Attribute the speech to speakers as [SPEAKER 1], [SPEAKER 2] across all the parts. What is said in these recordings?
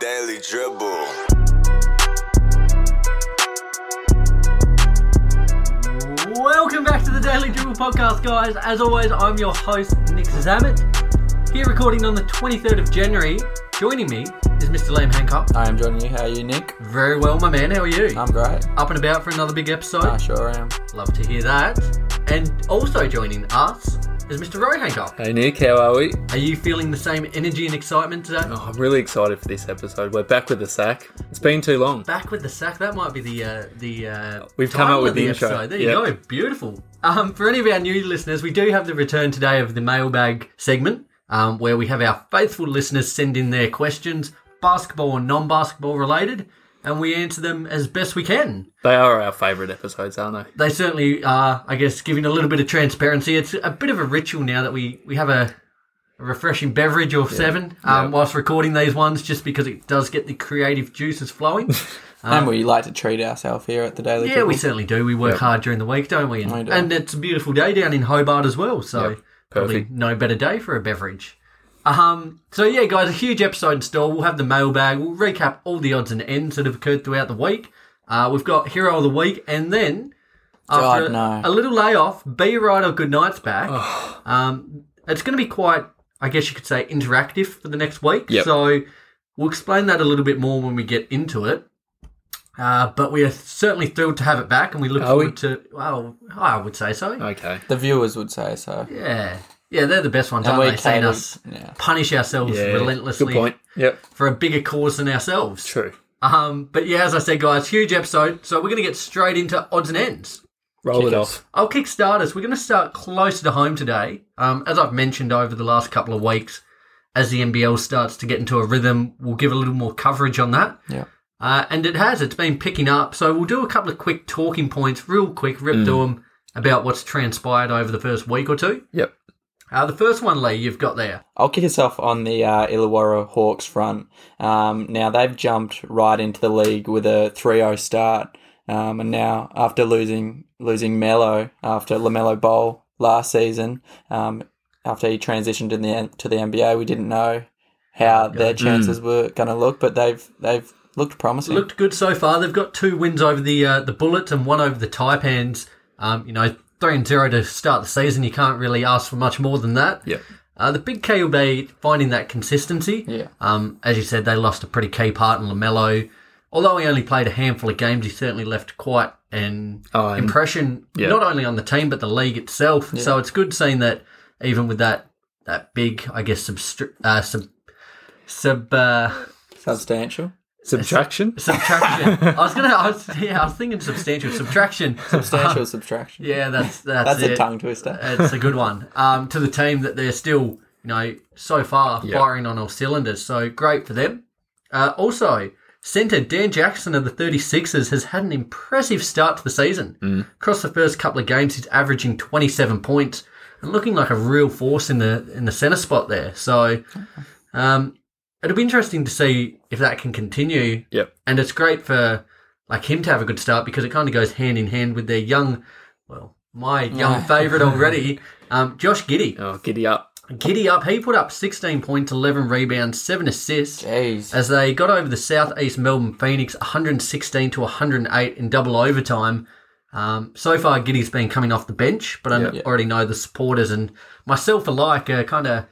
[SPEAKER 1] Daily Dribble.
[SPEAKER 2] Welcome back to the Daily Dribble Podcast, guys. As always, I'm your host, Nick Zammit. Here recording on the 23rd of January. Joining me is Mr. Liam Hancock.
[SPEAKER 3] I am joining you. How are you, Nick?
[SPEAKER 2] Very well, my man. How are you?
[SPEAKER 4] Um,
[SPEAKER 3] I'm great.
[SPEAKER 2] Up and about for another big episode.
[SPEAKER 4] uh,
[SPEAKER 3] I sure am.
[SPEAKER 2] Love to hear that. And also joining us is Mr. Roy Hancock.
[SPEAKER 4] Hey Nick, how are we?
[SPEAKER 2] Are you feeling the same energy and excitement today?
[SPEAKER 4] Oh, I'm really excited for this episode. We're back with the sack. It's been too long.
[SPEAKER 2] Back with the sack. That might be the uh, the uh,
[SPEAKER 4] We've come
[SPEAKER 2] title
[SPEAKER 4] up with
[SPEAKER 2] of
[SPEAKER 4] the intro.
[SPEAKER 2] episode. There you go.
[SPEAKER 4] Yep.
[SPEAKER 2] Beautiful. Um, for any of our new listeners, we do have the return today of the mailbag segment, um, where we have our faithful listeners send in their questions, basketball and non-basketball related, and we answer them as best we can.
[SPEAKER 4] They are our favourite episodes, aren't
[SPEAKER 2] They certainly are, I guess, giving a little bit of transparency. It's a bit of a ritual now that we we have a. a Refreshing beverage or seven, um, whilst recording these ones, just because it does get the creative juices flowing.
[SPEAKER 3] and we like to treat ourselves here at the Daily
[SPEAKER 2] Yeah, we
[SPEAKER 3] Dribble.
[SPEAKER 2] certainly do. We work hard during the week, don't we? And,
[SPEAKER 3] We do.
[SPEAKER 2] and it's a beautiful day down in Hobart as well, so
[SPEAKER 4] Yep,
[SPEAKER 2] probably
[SPEAKER 4] perfect.
[SPEAKER 2] no better day for a beverage. Um, so yeah, guys, a huge episode in store. We'll have the mailbag. We'll recap all the odds and ends that have occurred throughout the week. Uh, we've got hero of the week, and then after
[SPEAKER 3] God,
[SPEAKER 2] a
[SPEAKER 3] no.
[SPEAKER 2] little layoff, be right or good night's back. Um, it's going to be quite, I guess you could say, interactive for the next week.
[SPEAKER 4] Yep.
[SPEAKER 2] So we'll explain that a little bit more when we get into it. Uh, but we are certainly thrilled to have it back, and we look
[SPEAKER 4] Are
[SPEAKER 2] forward
[SPEAKER 4] we?
[SPEAKER 2] to. Well, I would say so.
[SPEAKER 4] they? Okay.
[SPEAKER 3] The viewers would say so.
[SPEAKER 2] Yeah, yeah, they're the best ones,
[SPEAKER 3] And
[SPEAKER 2] aren't
[SPEAKER 3] we
[SPEAKER 2] they? Seeing
[SPEAKER 3] cater-
[SPEAKER 2] us
[SPEAKER 3] yeah.
[SPEAKER 2] punish ourselves
[SPEAKER 4] Yeah.
[SPEAKER 2] relentlessly
[SPEAKER 4] Good point. Yep.
[SPEAKER 2] for a bigger cause than ourselves.
[SPEAKER 4] True.
[SPEAKER 2] Um, but yeah, as I said, guys, huge episode. So we're going to get straight into odds and ends.
[SPEAKER 4] Roll
[SPEAKER 3] Kick
[SPEAKER 4] it
[SPEAKER 3] us.
[SPEAKER 4] off.
[SPEAKER 2] I'll kick start us. We're going to start closer to home today. Um, as I've mentioned over the last couple of weeks, as the NBL starts to get into a rhythm, we'll give a little more coverage on that.
[SPEAKER 3] Yeah.
[SPEAKER 2] Uh, and it has. It's been picking up. So we'll do a couple of quick talking points, real quick, rip through 'em them about what's transpired over the first week or two.
[SPEAKER 4] Yep.
[SPEAKER 2] Uh, the first one, Lee, you've got there.
[SPEAKER 3] I'll kick us off on the uh, Illawarra Hawks front. Um, now, they've jumped right into the league with a 3 0 start. Um, and now, after losing losing Mello after LaMelo Bowl last season, um, after he transitioned in the, N- to the NBA, we didn't know how
[SPEAKER 2] Hmm.
[SPEAKER 3] their chances were going to look, but they've they've looked promising.
[SPEAKER 2] Looked good so far. They've got two wins over the uh, the Bullets and one over the Taipans. Um, you know, 3 and 0 to start the season. You can't really ask for much more than that.
[SPEAKER 4] Yep.
[SPEAKER 2] Uh, the big K will be finding that consistency.
[SPEAKER 3] Yeah.
[SPEAKER 2] Um, as you said, they lost a pretty key part in Lamelo. Although he only played a handful of games, he certainly left quite an
[SPEAKER 4] Oh, and-
[SPEAKER 2] impression,
[SPEAKER 4] yeah.
[SPEAKER 2] not only on the team but the league itself. So it's good seeing that even with that that big, I guess, substr- uh, sub sub uh,
[SPEAKER 3] Substantial.
[SPEAKER 4] Subtraction.
[SPEAKER 2] subtraction. I was gonna, I was, yeah, I was thinking substantial subtraction.
[SPEAKER 3] Substantial subtraction.
[SPEAKER 2] Yeah, that's that's,
[SPEAKER 3] That's
[SPEAKER 2] it. Uh,
[SPEAKER 3] a tongue twister.
[SPEAKER 2] it's a good one. Um, to the team that they're still, you know, so far firing on all cylinders. So great for them. Uh, also, centre Dan Jackson of the 36ers has had an impressive start to the season. Across the first couple of games, he's averaging 27 points and looking like a real force in the in the centre spot there. So um, it'll be interesting to see if that can continue.
[SPEAKER 4] Yep.
[SPEAKER 2] And it's great for like him to have a good start because it kind of goes hand in hand with their young, well, my young favourite already, um, Josh Giddy.
[SPEAKER 4] Oh, giddy up.
[SPEAKER 2] Giddy up. He put up 16 points, 11 rebounds, 7 assists
[SPEAKER 3] Jeez.
[SPEAKER 2] as they got over the southeast Melbourne Phoenix 116 to 108 in double overtime. Um, so far, Giddy's been coming off the bench, but I already know the supporters and myself alike are kind of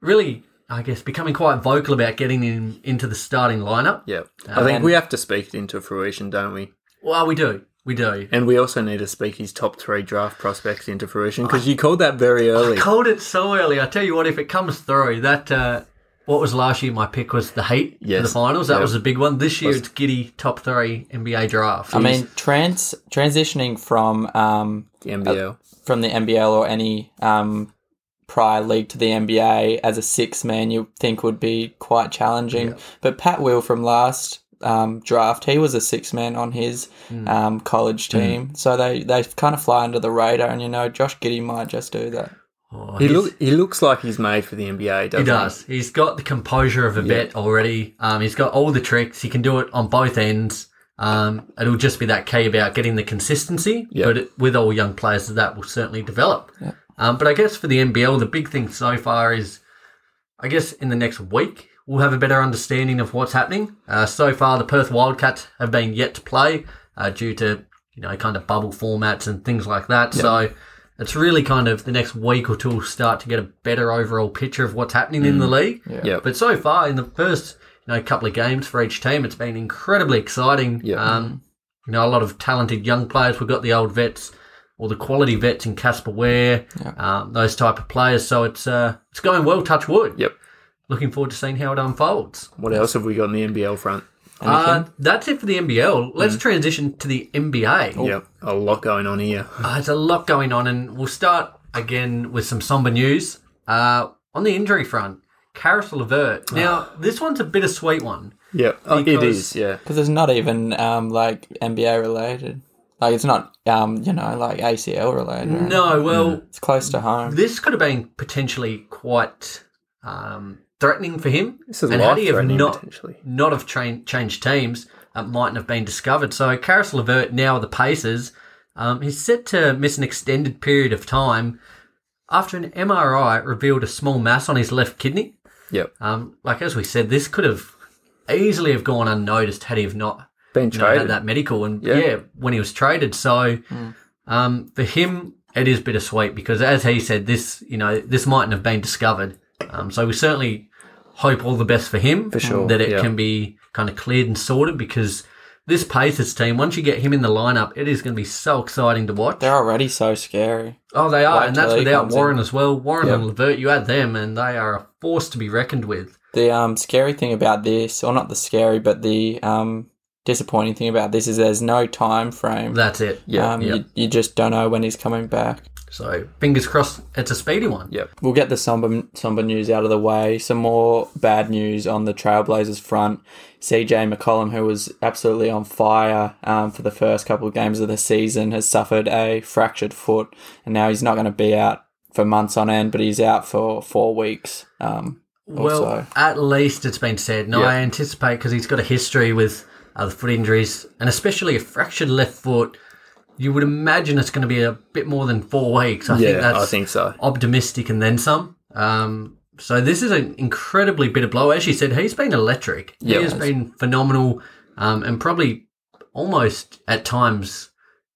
[SPEAKER 2] really, I guess, becoming quite vocal about getting him into the starting lineup.
[SPEAKER 4] Yep. I think we have to speak it into fruition, don't we?
[SPEAKER 2] Well, we do. We do.
[SPEAKER 4] And we also need to speak his top three draft prospects into fruition because you called that very early.
[SPEAKER 2] Called it so early. I tell you what, if it comes through, that uh, what was last year my pick was the Heat for the
[SPEAKER 4] Yes.
[SPEAKER 2] finals. That
[SPEAKER 4] Yep.
[SPEAKER 2] was a big one. This year it's Giddy top three NBA draft.
[SPEAKER 3] I mean, trans transitioning from um,
[SPEAKER 4] NBL.
[SPEAKER 3] from the NBL or any um, prior league to the NBA as a six man, you think would be quite challenging. But Pat Will from last um, draft, he was a six man on his
[SPEAKER 2] Hmm.
[SPEAKER 3] um, college team, so they they kind of fly under the radar. And you know, Josh Giddy might just do that.
[SPEAKER 2] Oh,
[SPEAKER 4] He,
[SPEAKER 2] he's-
[SPEAKER 4] look, he looks like he's made for the NBA, doesn't
[SPEAKER 2] He
[SPEAKER 4] he?
[SPEAKER 2] does. He's got the composure of a vet already. Um, he's got all the tricks. He can do it on both ends. Um, it'll just be that key about getting the consistency.
[SPEAKER 4] Yeah.
[SPEAKER 2] But it, with all young players, that will certainly develop. Um, but I guess for the NBL, the big thing so far is, I guess in the next week we'll have a better understanding of what's happening. Uh, so far, the Perth Wildcats have been yet to play uh, due to you know kind of bubble formats and things like that. So it's really kind of the next week or two will start to get a better overall picture of what's happening in the league.
[SPEAKER 4] Mm. Yeah.
[SPEAKER 2] But so far, in the first you know couple of games for each team, it's been incredibly exciting.
[SPEAKER 4] Yeah.
[SPEAKER 2] Um, you know, a lot of talented young players. We've got the old vets or the quality vets in Casper Ware, um, those type of players. So it's uh, it's going well. Touch wood.
[SPEAKER 4] Yep.
[SPEAKER 2] Looking forward to seeing how it unfolds.
[SPEAKER 4] What else have we got in the NBL front?
[SPEAKER 2] Uh, that's it for the NBL.
[SPEAKER 4] Mm.
[SPEAKER 2] Let's transition to the NBA.
[SPEAKER 4] Yep, a lot going on here.
[SPEAKER 2] Uh, there's a lot going on, and we'll start again with some somber news. Uh, on the injury front, Karis Levert.
[SPEAKER 4] Ah.
[SPEAKER 2] Now, this one's a bittersweet one.
[SPEAKER 4] Yep, Oh, it
[SPEAKER 2] Because-
[SPEAKER 4] is. Yeah,
[SPEAKER 3] Because it's not even um, like NBA related. Like it's not um, you know like ACL related.
[SPEAKER 4] Mm.
[SPEAKER 3] or anything.
[SPEAKER 2] No, well,
[SPEAKER 3] it's close to home.
[SPEAKER 2] this could have been potentially quite um, threatening for him.
[SPEAKER 4] this is
[SPEAKER 2] and
[SPEAKER 4] life
[SPEAKER 2] had he have
[SPEAKER 4] threatening
[SPEAKER 2] not
[SPEAKER 4] potentially.
[SPEAKER 2] not have train changed teams, it mightn't have been discovered. So Karis Levert now with the Pacers, um, he's set to miss an extended period of time after an MRI revealed a small mass on his left kidney.
[SPEAKER 4] Yep,
[SPEAKER 2] Um, like as we said, this could have easily have gone unnoticed had he have not
[SPEAKER 4] been
[SPEAKER 2] you know, had
[SPEAKER 4] traded.
[SPEAKER 2] that medical and yeah.
[SPEAKER 4] Yeah.
[SPEAKER 2] when he was traded. So um, for him, it is bittersweet because as he said, this you know this mightn't have been discovered. Um, so we certainly hope all the best for him for
[SPEAKER 4] sure,
[SPEAKER 2] that it
[SPEAKER 4] yeah.
[SPEAKER 2] can be kind of cleared and sorted because this Pacers team, once you get him in the lineup, it is going to be so exciting to watch.
[SPEAKER 3] They're already so scary.
[SPEAKER 2] Oh, they are,
[SPEAKER 3] Wait
[SPEAKER 2] and
[SPEAKER 3] till
[SPEAKER 2] that's
[SPEAKER 3] he
[SPEAKER 2] without
[SPEAKER 3] comes in.
[SPEAKER 2] Warren as well. Warren
[SPEAKER 3] Yeah.
[SPEAKER 2] and Levert, you add them, and they are a force to be reckoned with.
[SPEAKER 3] The um, scary thing about this, or not the scary, but the um, disappointing thing about this is there's no time frame.
[SPEAKER 2] That's it.
[SPEAKER 4] yeah,
[SPEAKER 3] um,
[SPEAKER 2] yeah.
[SPEAKER 3] You, you just don't know when he's coming back.
[SPEAKER 2] So fingers crossed, it's a speedy one.
[SPEAKER 4] yep.
[SPEAKER 3] We'll get the somber, somber news out of the way. Some more bad news on the Trailblazers front. CJ McCollum, who was absolutely on fire um, for the first couple of games of the season, has suffered a fractured foot, and now he's not going to be out for months on end, but he's out for four weeks. Um,
[SPEAKER 2] Well,
[SPEAKER 3] also.
[SPEAKER 2] at least it's been said. No,
[SPEAKER 4] Yeah.
[SPEAKER 2] I anticipate because he's got a history with other foot injuries and especially a fractured left foot. You would imagine it's going to be a bit more than four weeks. I think
[SPEAKER 4] Yeah,
[SPEAKER 2] that's
[SPEAKER 4] I think so.
[SPEAKER 2] optimistic and then some. Um, so this is an incredibly bitter blow. As you said, he's been electric.
[SPEAKER 4] Yeah.
[SPEAKER 2] he has been phenomenal um, and probably almost at times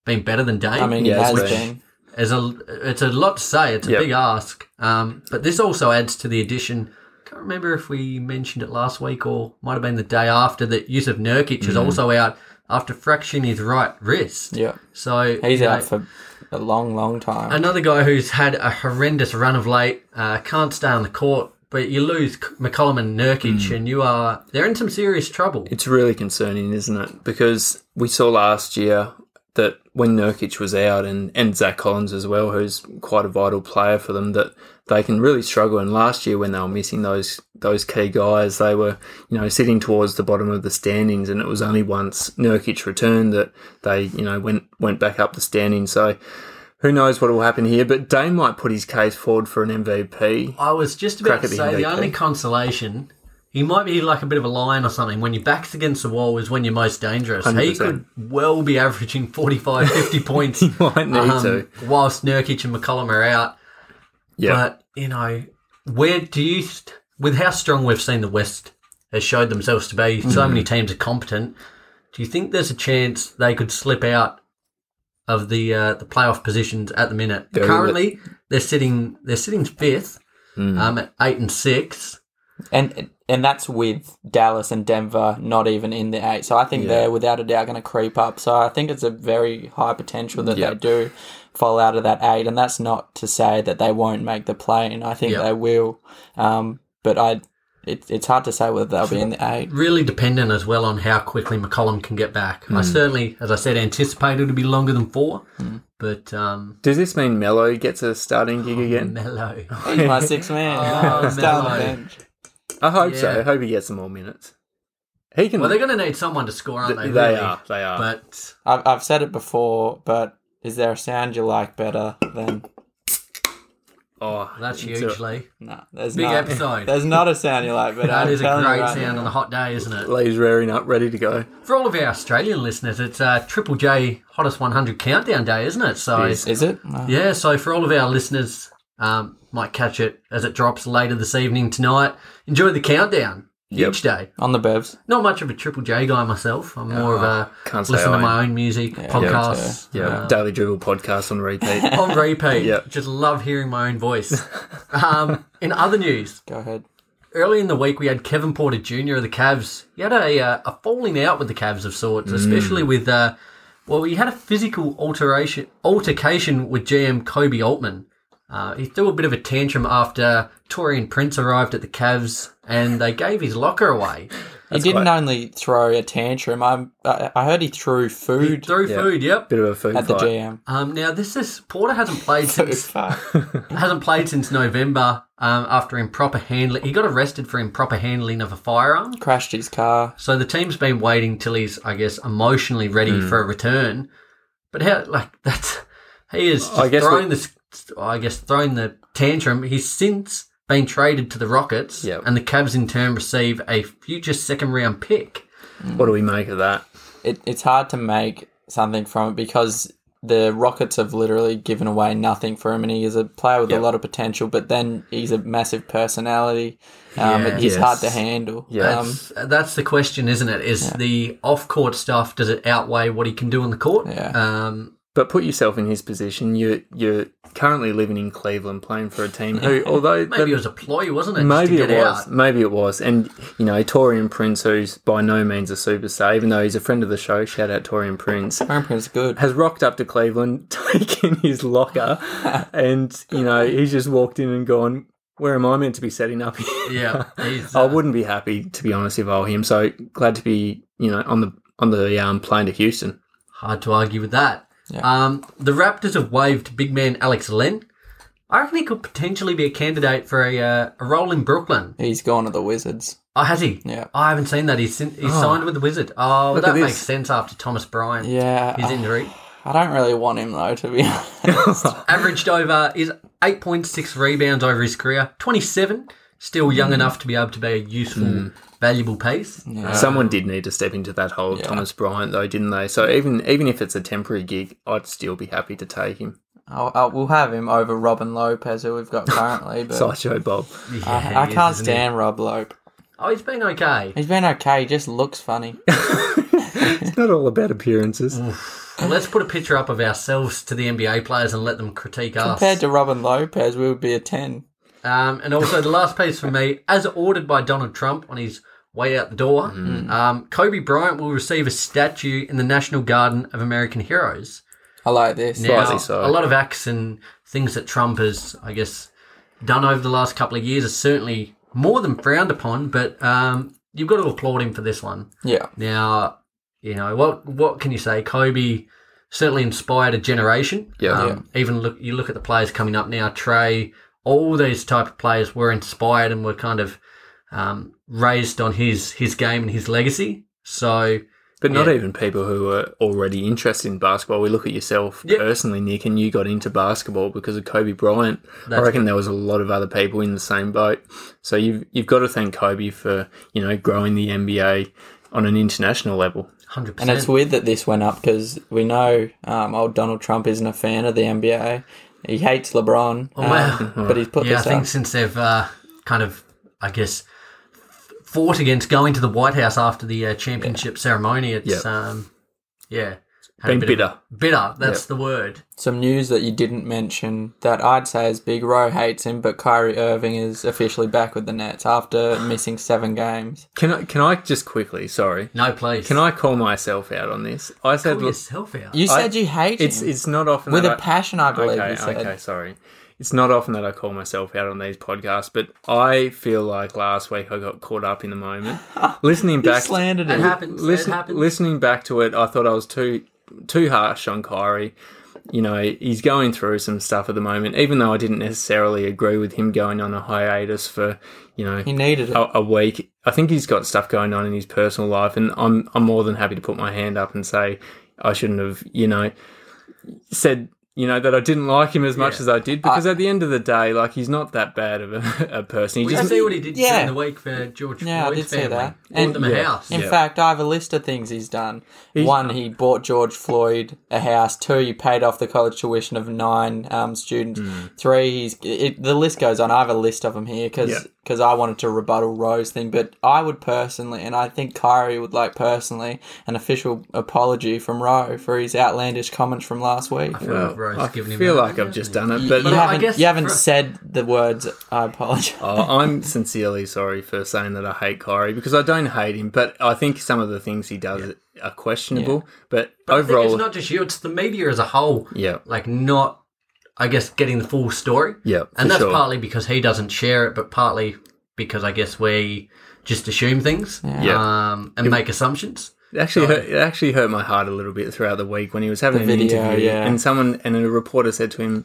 [SPEAKER 2] been better than Dame.
[SPEAKER 3] I mean,
[SPEAKER 4] Yeah,
[SPEAKER 3] he
[SPEAKER 4] it's
[SPEAKER 3] has
[SPEAKER 4] been-
[SPEAKER 3] been.
[SPEAKER 2] It's a it's a lot to say. It's a
[SPEAKER 4] Yep.
[SPEAKER 2] big ask. Um, but this also adds to the addition. Can't remember if we mentioned it last week or might have been the day after that. Yusuf Nurkic
[SPEAKER 3] Mm.
[SPEAKER 2] is also out after fracturing his right wrist.
[SPEAKER 3] Yeah,
[SPEAKER 2] So
[SPEAKER 3] he's
[SPEAKER 2] you know,
[SPEAKER 3] out for a long, long time.
[SPEAKER 2] another guy who's had a horrendous run of late. Uh, can't stay on the court. But you lose C- McCollum and Nurkic,
[SPEAKER 3] Mm.
[SPEAKER 2] and you are they're in some serious trouble.
[SPEAKER 4] It's really concerning, isn't it? Because we saw last year that when Nurkic was out and, and Zach Collins as well, who's quite a vital player for them, that they can really struggle. And last year when they were missing those those key guys, they were, you know, sitting towards the bottom of the standings and it was only once Nurkic returned that they, you know, went went back up the standings. So who knows what will happen here, but Dane might put his case forward for an MVP.
[SPEAKER 2] I was just about
[SPEAKER 4] Crack
[SPEAKER 2] to
[SPEAKER 4] at the
[SPEAKER 2] say the
[SPEAKER 4] MVP.
[SPEAKER 2] only consolation he might be like a bit of a lion or something. When your back's against the wall is when you're most dangerous. He
[SPEAKER 4] 100%.
[SPEAKER 2] could well be averaging 45, 50 points
[SPEAKER 4] Might need to.
[SPEAKER 2] um, whilst Nurkic and McCollum are out.
[SPEAKER 4] Yeah.
[SPEAKER 2] But you know, where do you st- with how strong we've seen the West has showed themselves to be?
[SPEAKER 4] Mm.
[SPEAKER 2] So many teams are competent. Do you think there's a chance they could slip out of the uh, the playoff positions at the minute?
[SPEAKER 4] Very
[SPEAKER 2] Currently, they're sitting they're sitting fifth,
[SPEAKER 4] Mm.
[SPEAKER 2] um, at eight and six.
[SPEAKER 3] And and that's with Dallas and Denver not even in the eight. So I think they're without a doubt going to creep up. So I think it's a very high potential that
[SPEAKER 4] Yeah.
[SPEAKER 3] they do fall out of that eight. And that's not to say that they won't make the play. And I think
[SPEAKER 2] Yeah.
[SPEAKER 3] they will. Um, but I, it, it's hard to say whether they'll be in the eight.
[SPEAKER 2] Really dependent as well on how quickly McCollum can get back. I
[SPEAKER 4] Mm.
[SPEAKER 2] certainly, as I said, anticipated it'll be longer than four, but um,
[SPEAKER 4] Does this mean Mello gets a starting
[SPEAKER 2] Oh,
[SPEAKER 4] gig again?
[SPEAKER 2] mellow.
[SPEAKER 3] He's my six man.
[SPEAKER 2] Oh,
[SPEAKER 3] Stay on the
[SPEAKER 2] Melo.
[SPEAKER 3] bench.
[SPEAKER 4] I hope
[SPEAKER 2] Yeah.
[SPEAKER 4] so. I hope he gets some more minutes. He can.
[SPEAKER 2] Well, they're going to need someone to score, aren't they?
[SPEAKER 4] they,
[SPEAKER 2] really?
[SPEAKER 4] are. They are.
[SPEAKER 2] But
[SPEAKER 3] I've, I've said it before, but is there a sound you like better than.
[SPEAKER 4] oh,
[SPEAKER 2] that's
[SPEAKER 4] it's
[SPEAKER 2] huge, Lee.
[SPEAKER 3] No, there's
[SPEAKER 2] Big
[SPEAKER 3] not.
[SPEAKER 2] episode.
[SPEAKER 3] There's not a sound you like better.
[SPEAKER 2] That
[SPEAKER 3] I'm
[SPEAKER 2] is a
[SPEAKER 3] telling you
[SPEAKER 2] great
[SPEAKER 3] right
[SPEAKER 2] sound
[SPEAKER 3] now.
[SPEAKER 2] on a hot day, isn't it?
[SPEAKER 4] Lee's rearing up, ready to go.
[SPEAKER 2] For all of our Australian listeners, it's uh, Triple J Hottest 100 Countdown Day, isn't it? So,
[SPEAKER 4] Yes.
[SPEAKER 3] Is it? No.
[SPEAKER 2] yeah, so for all of our listeners, um, might catch it as it drops later this evening tonight. Enjoy the countdown.
[SPEAKER 4] Yep.
[SPEAKER 2] each day.
[SPEAKER 3] on the Bevs.
[SPEAKER 2] Not much of a Triple J guy myself. I'm more of a
[SPEAKER 4] Ah, can't say
[SPEAKER 2] listen to
[SPEAKER 4] I
[SPEAKER 2] my own music, podcasts.
[SPEAKER 4] Yeah, Uh, Daily Dribble podcast on repeat.
[SPEAKER 2] on repeat.
[SPEAKER 4] Yeah.
[SPEAKER 2] Just love hearing my own voice. Um, in other news,
[SPEAKER 3] Go ahead.
[SPEAKER 2] early in the week we had Kevin Porter Jr. of the Cavs. He had a, uh, a falling out with the Cavs of sorts, especially with uh, well, he had a physical alteration altercation with GM Kobe Altman. Uh, he threw a bit of a tantrum after Torian Prince arrived at the Cavs and they gave his locker away.
[SPEAKER 3] He didn't only throw a tantrum. I I I heard he threw food
[SPEAKER 2] Through food, yep.
[SPEAKER 4] Bit of a food
[SPEAKER 3] at the
[SPEAKER 4] fight.
[SPEAKER 3] GM.
[SPEAKER 2] Um, now this is Porter hasn't played since
[SPEAKER 3] Fuck.
[SPEAKER 2] hasn't played since November um, after improper handling. He got arrested for improper handling of a firearm.
[SPEAKER 3] Crashed his car.
[SPEAKER 2] So the team's been waiting till he's, I guess, emotionally ready
[SPEAKER 4] Hmm.
[SPEAKER 2] for a return. But how, like, that's he is just
[SPEAKER 4] I guess
[SPEAKER 2] throwing this, I guess, throwing the tantrum. He's since been traded to the Rockets,
[SPEAKER 4] Yep.
[SPEAKER 2] and the Cavs in turn receive a future second round pick.
[SPEAKER 4] What do we make of that?
[SPEAKER 3] It, it's hard to make something from it because the Rockets have literally given away nothing for him, and he is a player with a lot of potential. But then he's a massive personality. Um,
[SPEAKER 2] Yeah.
[SPEAKER 3] It's hard to
[SPEAKER 4] Yes.
[SPEAKER 3] handle. Um,
[SPEAKER 2] That's, that's the question, isn't it? Is the off court stuff does it outweigh what he can do on the court?
[SPEAKER 3] Yeah.
[SPEAKER 2] Um,
[SPEAKER 4] But put yourself in his position. You're you're currently living in Cleveland, playing for a team who, although
[SPEAKER 2] maybe
[SPEAKER 4] they've-
[SPEAKER 2] it was a ploy, wasn't it? just
[SPEAKER 4] Maybe
[SPEAKER 2] to
[SPEAKER 4] it
[SPEAKER 2] get
[SPEAKER 4] was.
[SPEAKER 2] out?
[SPEAKER 4] Maybe it was. And you know, Torian Prince, who's by no means a superstar, even though he's a friend of the show, shout out Torian Prince,
[SPEAKER 3] Grandpa's good.
[SPEAKER 4] has rocked up to Cleveland, taken his locker, and you know, he's just walked in and gone, "Where am I meant to be setting up?" here?"
[SPEAKER 2] Yeah, he's,
[SPEAKER 4] I
[SPEAKER 2] uh,
[SPEAKER 4] wouldn't be happy to be honest if I were him. So glad to be, you know, on the on the um, plane to Houston.
[SPEAKER 2] Hard to argue with that. Um, the Raptors have waived big man Alex Len. I reckon he could potentially be a candidate for a, uh, a role in Brooklyn.
[SPEAKER 3] He's gone to the Wizards.
[SPEAKER 2] Oh, has he?
[SPEAKER 3] Yeah.
[SPEAKER 2] I haven't seen that. He's, sin- he's signed with the Wizard. Oh,
[SPEAKER 4] Look at
[SPEAKER 2] that
[SPEAKER 4] this.
[SPEAKER 2] makes sense after Thomas Bryant.
[SPEAKER 3] Yeah. Oh.
[SPEAKER 2] His injury.
[SPEAKER 3] I don't really want him though, to be honest.
[SPEAKER 2] Averaged over is 8.6 rebounds over his career. 27. Still young enough to be able to be a useful, valuable piece.
[SPEAKER 4] Someone did need to step into that hole, Thomas Bryant, though, didn't they? So even even if it's a temporary gig, I'd still be happy to take him.
[SPEAKER 3] I'll, I'll, we'll have him over Robin Lopez, who we've got currently. But
[SPEAKER 4] Sideshow Bob.
[SPEAKER 3] I,
[SPEAKER 2] Yeah,
[SPEAKER 3] I
[SPEAKER 2] he is,
[SPEAKER 3] can't
[SPEAKER 2] isn't he?
[SPEAKER 3] stand Rob Lope.
[SPEAKER 2] Oh, he's been okay.
[SPEAKER 3] He's been okay. He just looks funny.
[SPEAKER 4] It's not all about appearances.
[SPEAKER 2] Well, let's put a picture up of ourselves to the NBA players and let them critique us.
[SPEAKER 3] Compared to Robin Lopez, we would be a ten.
[SPEAKER 2] Um, and also the last piece from me, as ordered by Donald Trump on his way out the door, um, Kobe Bryant will receive a statue in the National Garden of American Heroes.
[SPEAKER 3] I like this.
[SPEAKER 2] Now,
[SPEAKER 4] Rightly
[SPEAKER 2] a
[SPEAKER 4] so.
[SPEAKER 2] lot of acts and things that Trump has, I guess, done over the last couple of years are certainly more than frowned upon. But um, you've got to applaud him for this one.
[SPEAKER 3] Yeah,
[SPEAKER 2] Now, you know what? What can you say? Kobe certainly inspired a generation. Um,
[SPEAKER 4] Yeah.
[SPEAKER 2] Even look, you look at the players coming up now. Trey, all these type of players were inspired and were kind of um, raised on his his game and his legacy. So
[SPEAKER 4] But not even people who are already interested in basketball. We look at yourself
[SPEAKER 2] Yep.
[SPEAKER 4] personally, Nick, and you got into basketball because of Kobe Bryant. I reckon there was a lot of other people in the same boat. So you've you've got to thank Kobe for you know growing the NBA on an international level.
[SPEAKER 2] hundred
[SPEAKER 3] and it's
[SPEAKER 2] percent.
[SPEAKER 3] weird that this went up because we know um, old Donald Trump isn't a fan of the NBA. He hates LeBron. um,
[SPEAKER 2] Oh, wow.
[SPEAKER 3] but he's put
[SPEAKER 2] Yeah, I
[SPEAKER 3] this
[SPEAKER 2] think
[SPEAKER 3] up.
[SPEAKER 2] since they've uh, kind of, I guess, fought against going to the White House after the uh, championship ceremony, it's
[SPEAKER 4] Yep.
[SPEAKER 2] um, yeah, had a
[SPEAKER 4] Been
[SPEAKER 2] bit of-
[SPEAKER 4] bitter.
[SPEAKER 2] bitter. That's the word.
[SPEAKER 3] Some news that you didn't mention that I'd say is big. Roe hates him, but Kyrie Irving is officially back with the Nets after missing seven games.
[SPEAKER 4] Can I can I just quickly? Sorry,
[SPEAKER 2] No, please.
[SPEAKER 4] can I call myself out on this? I said
[SPEAKER 2] Pull yourself out?
[SPEAKER 3] You
[SPEAKER 4] I-
[SPEAKER 3] said you hate
[SPEAKER 4] it's
[SPEAKER 3] him
[SPEAKER 4] it's not often
[SPEAKER 3] with
[SPEAKER 4] that
[SPEAKER 3] a
[SPEAKER 4] I-
[SPEAKER 3] passion, I believe
[SPEAKER 4] okay,
[SPEAKER 3] you said.
[SPEAKER 4] okay, sorry. It's not often that I call myself out on these podcasts, but I feel like last week I got caught up in the moment. listening
[SPEAKER 3] You
[SPEAKER 4] back,
[SPEAKER 3] slandered him.
[SPEAKER 2] It happens.
[SPEAKER 4] listen-
[SPEAKER 2] it happens.
[SPEAKER 4] listening back to it, I thought I was too too harsh on Kyrie. You know, he's going through some stuff at the moment, even though I didn't necessarily agree with him going on a hiatus for, you know,
[SPEAKER 3] He needed it.
[SPEAKER 4] a, a week. I think he's got stuff going on in his personal life, and I'm I'm more than happy to put my hand up and say I shouldn't have, you know, said you know that I didn't like him as much as I did because at the end of the day, like he's not that bad of a, a person. He
[SPEAKER 2] Did you
[SPEAKER 4] just
[SPEAKER 2] see what he did
[SPEAKER 3] Yeah.
[SPEAKER 2] during the week for George
[SPEAKER 3] Yeah, I
[SPEAKER 2] Floyd's
[SPEAKER 3] did see
[SPEAKER 2] family?
[SPEAKER 3] that.
[SPEAKER 2] Bought
[SPEAKER 3] And-
[SPEAKER 2] them a
[SPEAKER 4] Yeah.
[SPEAKER 2] house.
[SPEAKER 3] In fact, I have a list of things he's done. One, he bought George Floyd a house. Two, he paid off the college
[SPEAKER 4] Hmm.
[SPEAKER 3] tuition of nine um, students. Three, he's it, the list goes on. I have a list of them here because
[SPEAKER 4] Yeah.
[SPEAKER 3] because I wanted to rebuttal Rose thing, but I would personally, and I think Kyrie would like personally, an official apology from Rowe for his outlandish comments from last week.
[SPEAKER 2] I feel like Rose
[SPEAKER 4] I
[SPEAKER 2] giving him
[SPEAKER 4] feel
[SPEAKER 2] that,
[SPEAKER 4] like I've
[SPEAKER 2] hasn't
[SPEAKER 4] just
[SPEAKER 2] he?
[SPEAKER 4] done it,
[SPEAKER 3] You,
[SPEAKER 4] but
[SPEAKER 3] you
[SPEAKER 2] I
[SPEAKER 3] haven't,
[SPEAKER 2] guess
[SPEAKER 3] you haven't
[SPEAKER 2] for-
[SPEAKER 3] said the words. I apologize.
[SPEAKER 4] Oh, I'm sincerely sorry for saying that I hate Kyrie because I don't hate him, but I think some of the things he does are questionable. But,
[SPEAKER 2] I think
[SPEAKER 4] overall,
[SPEAKER 2] it's not just you; it's the media as a whole.
[SPEAKER 4] Yeah.
[SPEAKER 2] like not, I guess, getting the full story.
[SPEAKER 4] Yeah, for
[SPEAKER 2] and that's
[SPEAKER 4] sure.
[SPEAKER 2] partly because he doesn't share it, but partly because I guess we just assume things,
[SPEAKER 4] Yeah.
[SPEAKER 2] um, and make assumptions.
[SPEAKER 4] It actually, hurt, it actually hurt my heart a little bit throughout the week when he was having an
[SPEAKER 3] The video,
[SPEAKER 4] interview,
[SPEAKER 3] yeah.
[SPEAKER 4] and someone and a reporter said to him,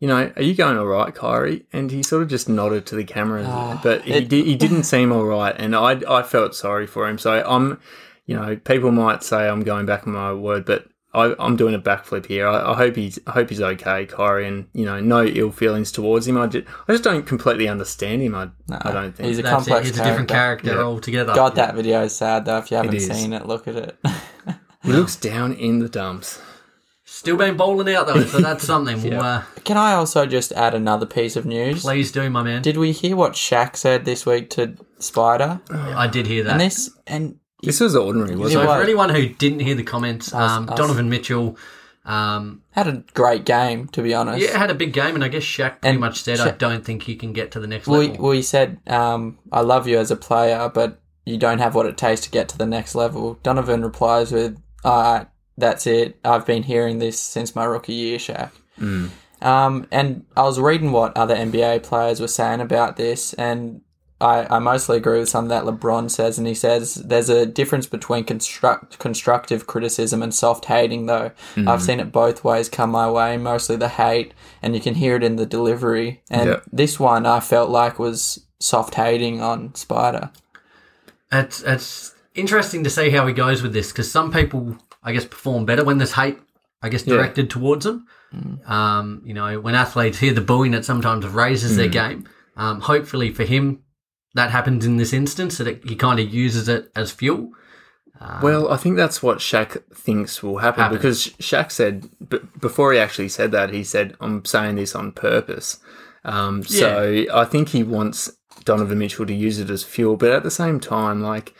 [SPEAKER 4] "You know, are you going all right, Kyrie?" And he sort of just nodded to the camera, but he
[SPEAKER 3] Ah, it-
[SPEAKER 4] di- he didn't seem all right, and I I felt sorry for him. So I'm, you know, people might say I'm going back on my word, but. I, I'm doing a backflip here. I, I hope he's, I hope he's okay, Kyrie, and you know, no ill feelings towards him. I just, I just don't completely understand him. I, I don't think
[SPEAKER 3] He's a
[SPEAKER 2] That's it.
[SPEAKER 3] complex
[SPEAKER 2] He's a different
[SPEAKER 3] character.
[SPEAKER 2] character altogether.
[SPEAKER 3] God, that video is sad though. If you haven't
[SPEAKER 4] is.
[SPEAKER 3] seen it, look at it.
[SPEAKER 4] he looks down in the dumps.
[SPEAKER 2] Still been bowling out though, so that's something. We'll, uh,
[SPEAKER 3] Can I also just add another piece of news?
[SPEAKER 2] please do, my man.
[SPEAKER 3] Did we hear what Shaq said this week to Spider?
[SPEAKER 2] I did hear that.
[SPEAKER 3] And this and
[SPEAKER 4] This was ordinary,
[SPEAKER 2] So
[SPEAKER 4] wasn't
[SPEAKER 3] It
[SPEAKER 4] it?
[SPEAKER 3] was.
[SPEAKER 2] for anyone who didn't hear the comments,
[SPEAKER 3] Us-
[SPEAKER 2] um,
[SPEAKER 3] us.
[SPEAKER 2] Donovan Mitchell, um,
[SPEAKER 3] had a great game, to be honest.
[SPEAKER 2] yeah, had a big game, and I guess Shaq pretty
[SPEAKER 3] And
[SPEAKER 2] much said, "I
[SPEAKER 3] Shaq-
[SPEAKER 2] don't think he can get to the next
[SPEAKER 3] we
[SPEAKER 2] level."
[SPEAKER 3] we said um, I love you as a player, but you don't have what it takes to get to the next level. Donovan replies with, "Alright, that's it. I've been hearing this since my rookie year, Shaq." Um, and I was reading what other NBA players were saying about this, and I, I mostly agree with something that LeBron says, and he says there's a difference between construct constructive criticism and soft hating. Though I've seen it both ways come my way, mostly the hate, and you can hear it in the delivery. And
[SPEAKER 4] Yep.
[SPEAKER 3] this one I felt like was soft hating on Spider.
[SPEAKER 2] It's it's interesting to see how he goes with this because some people, I guess, perform better when there's hate, I guess, directed towards them. Um, you know, when athletes hear the booing, it sometimes raises their game. Um, hopefully for him, that happens in this instance that it, he kind of uses it as fuel.
[SPEAKER 4] Well, I think that's what Shaq thinks will happen
[SPEAKER 2] Happen.
[SPEAKER 4] because Shaq said b- before he actually said that he said, "I'm saying this on purpose." Um, So I think he wants Donovan Mitchell to use it as fuel, but at the same time, like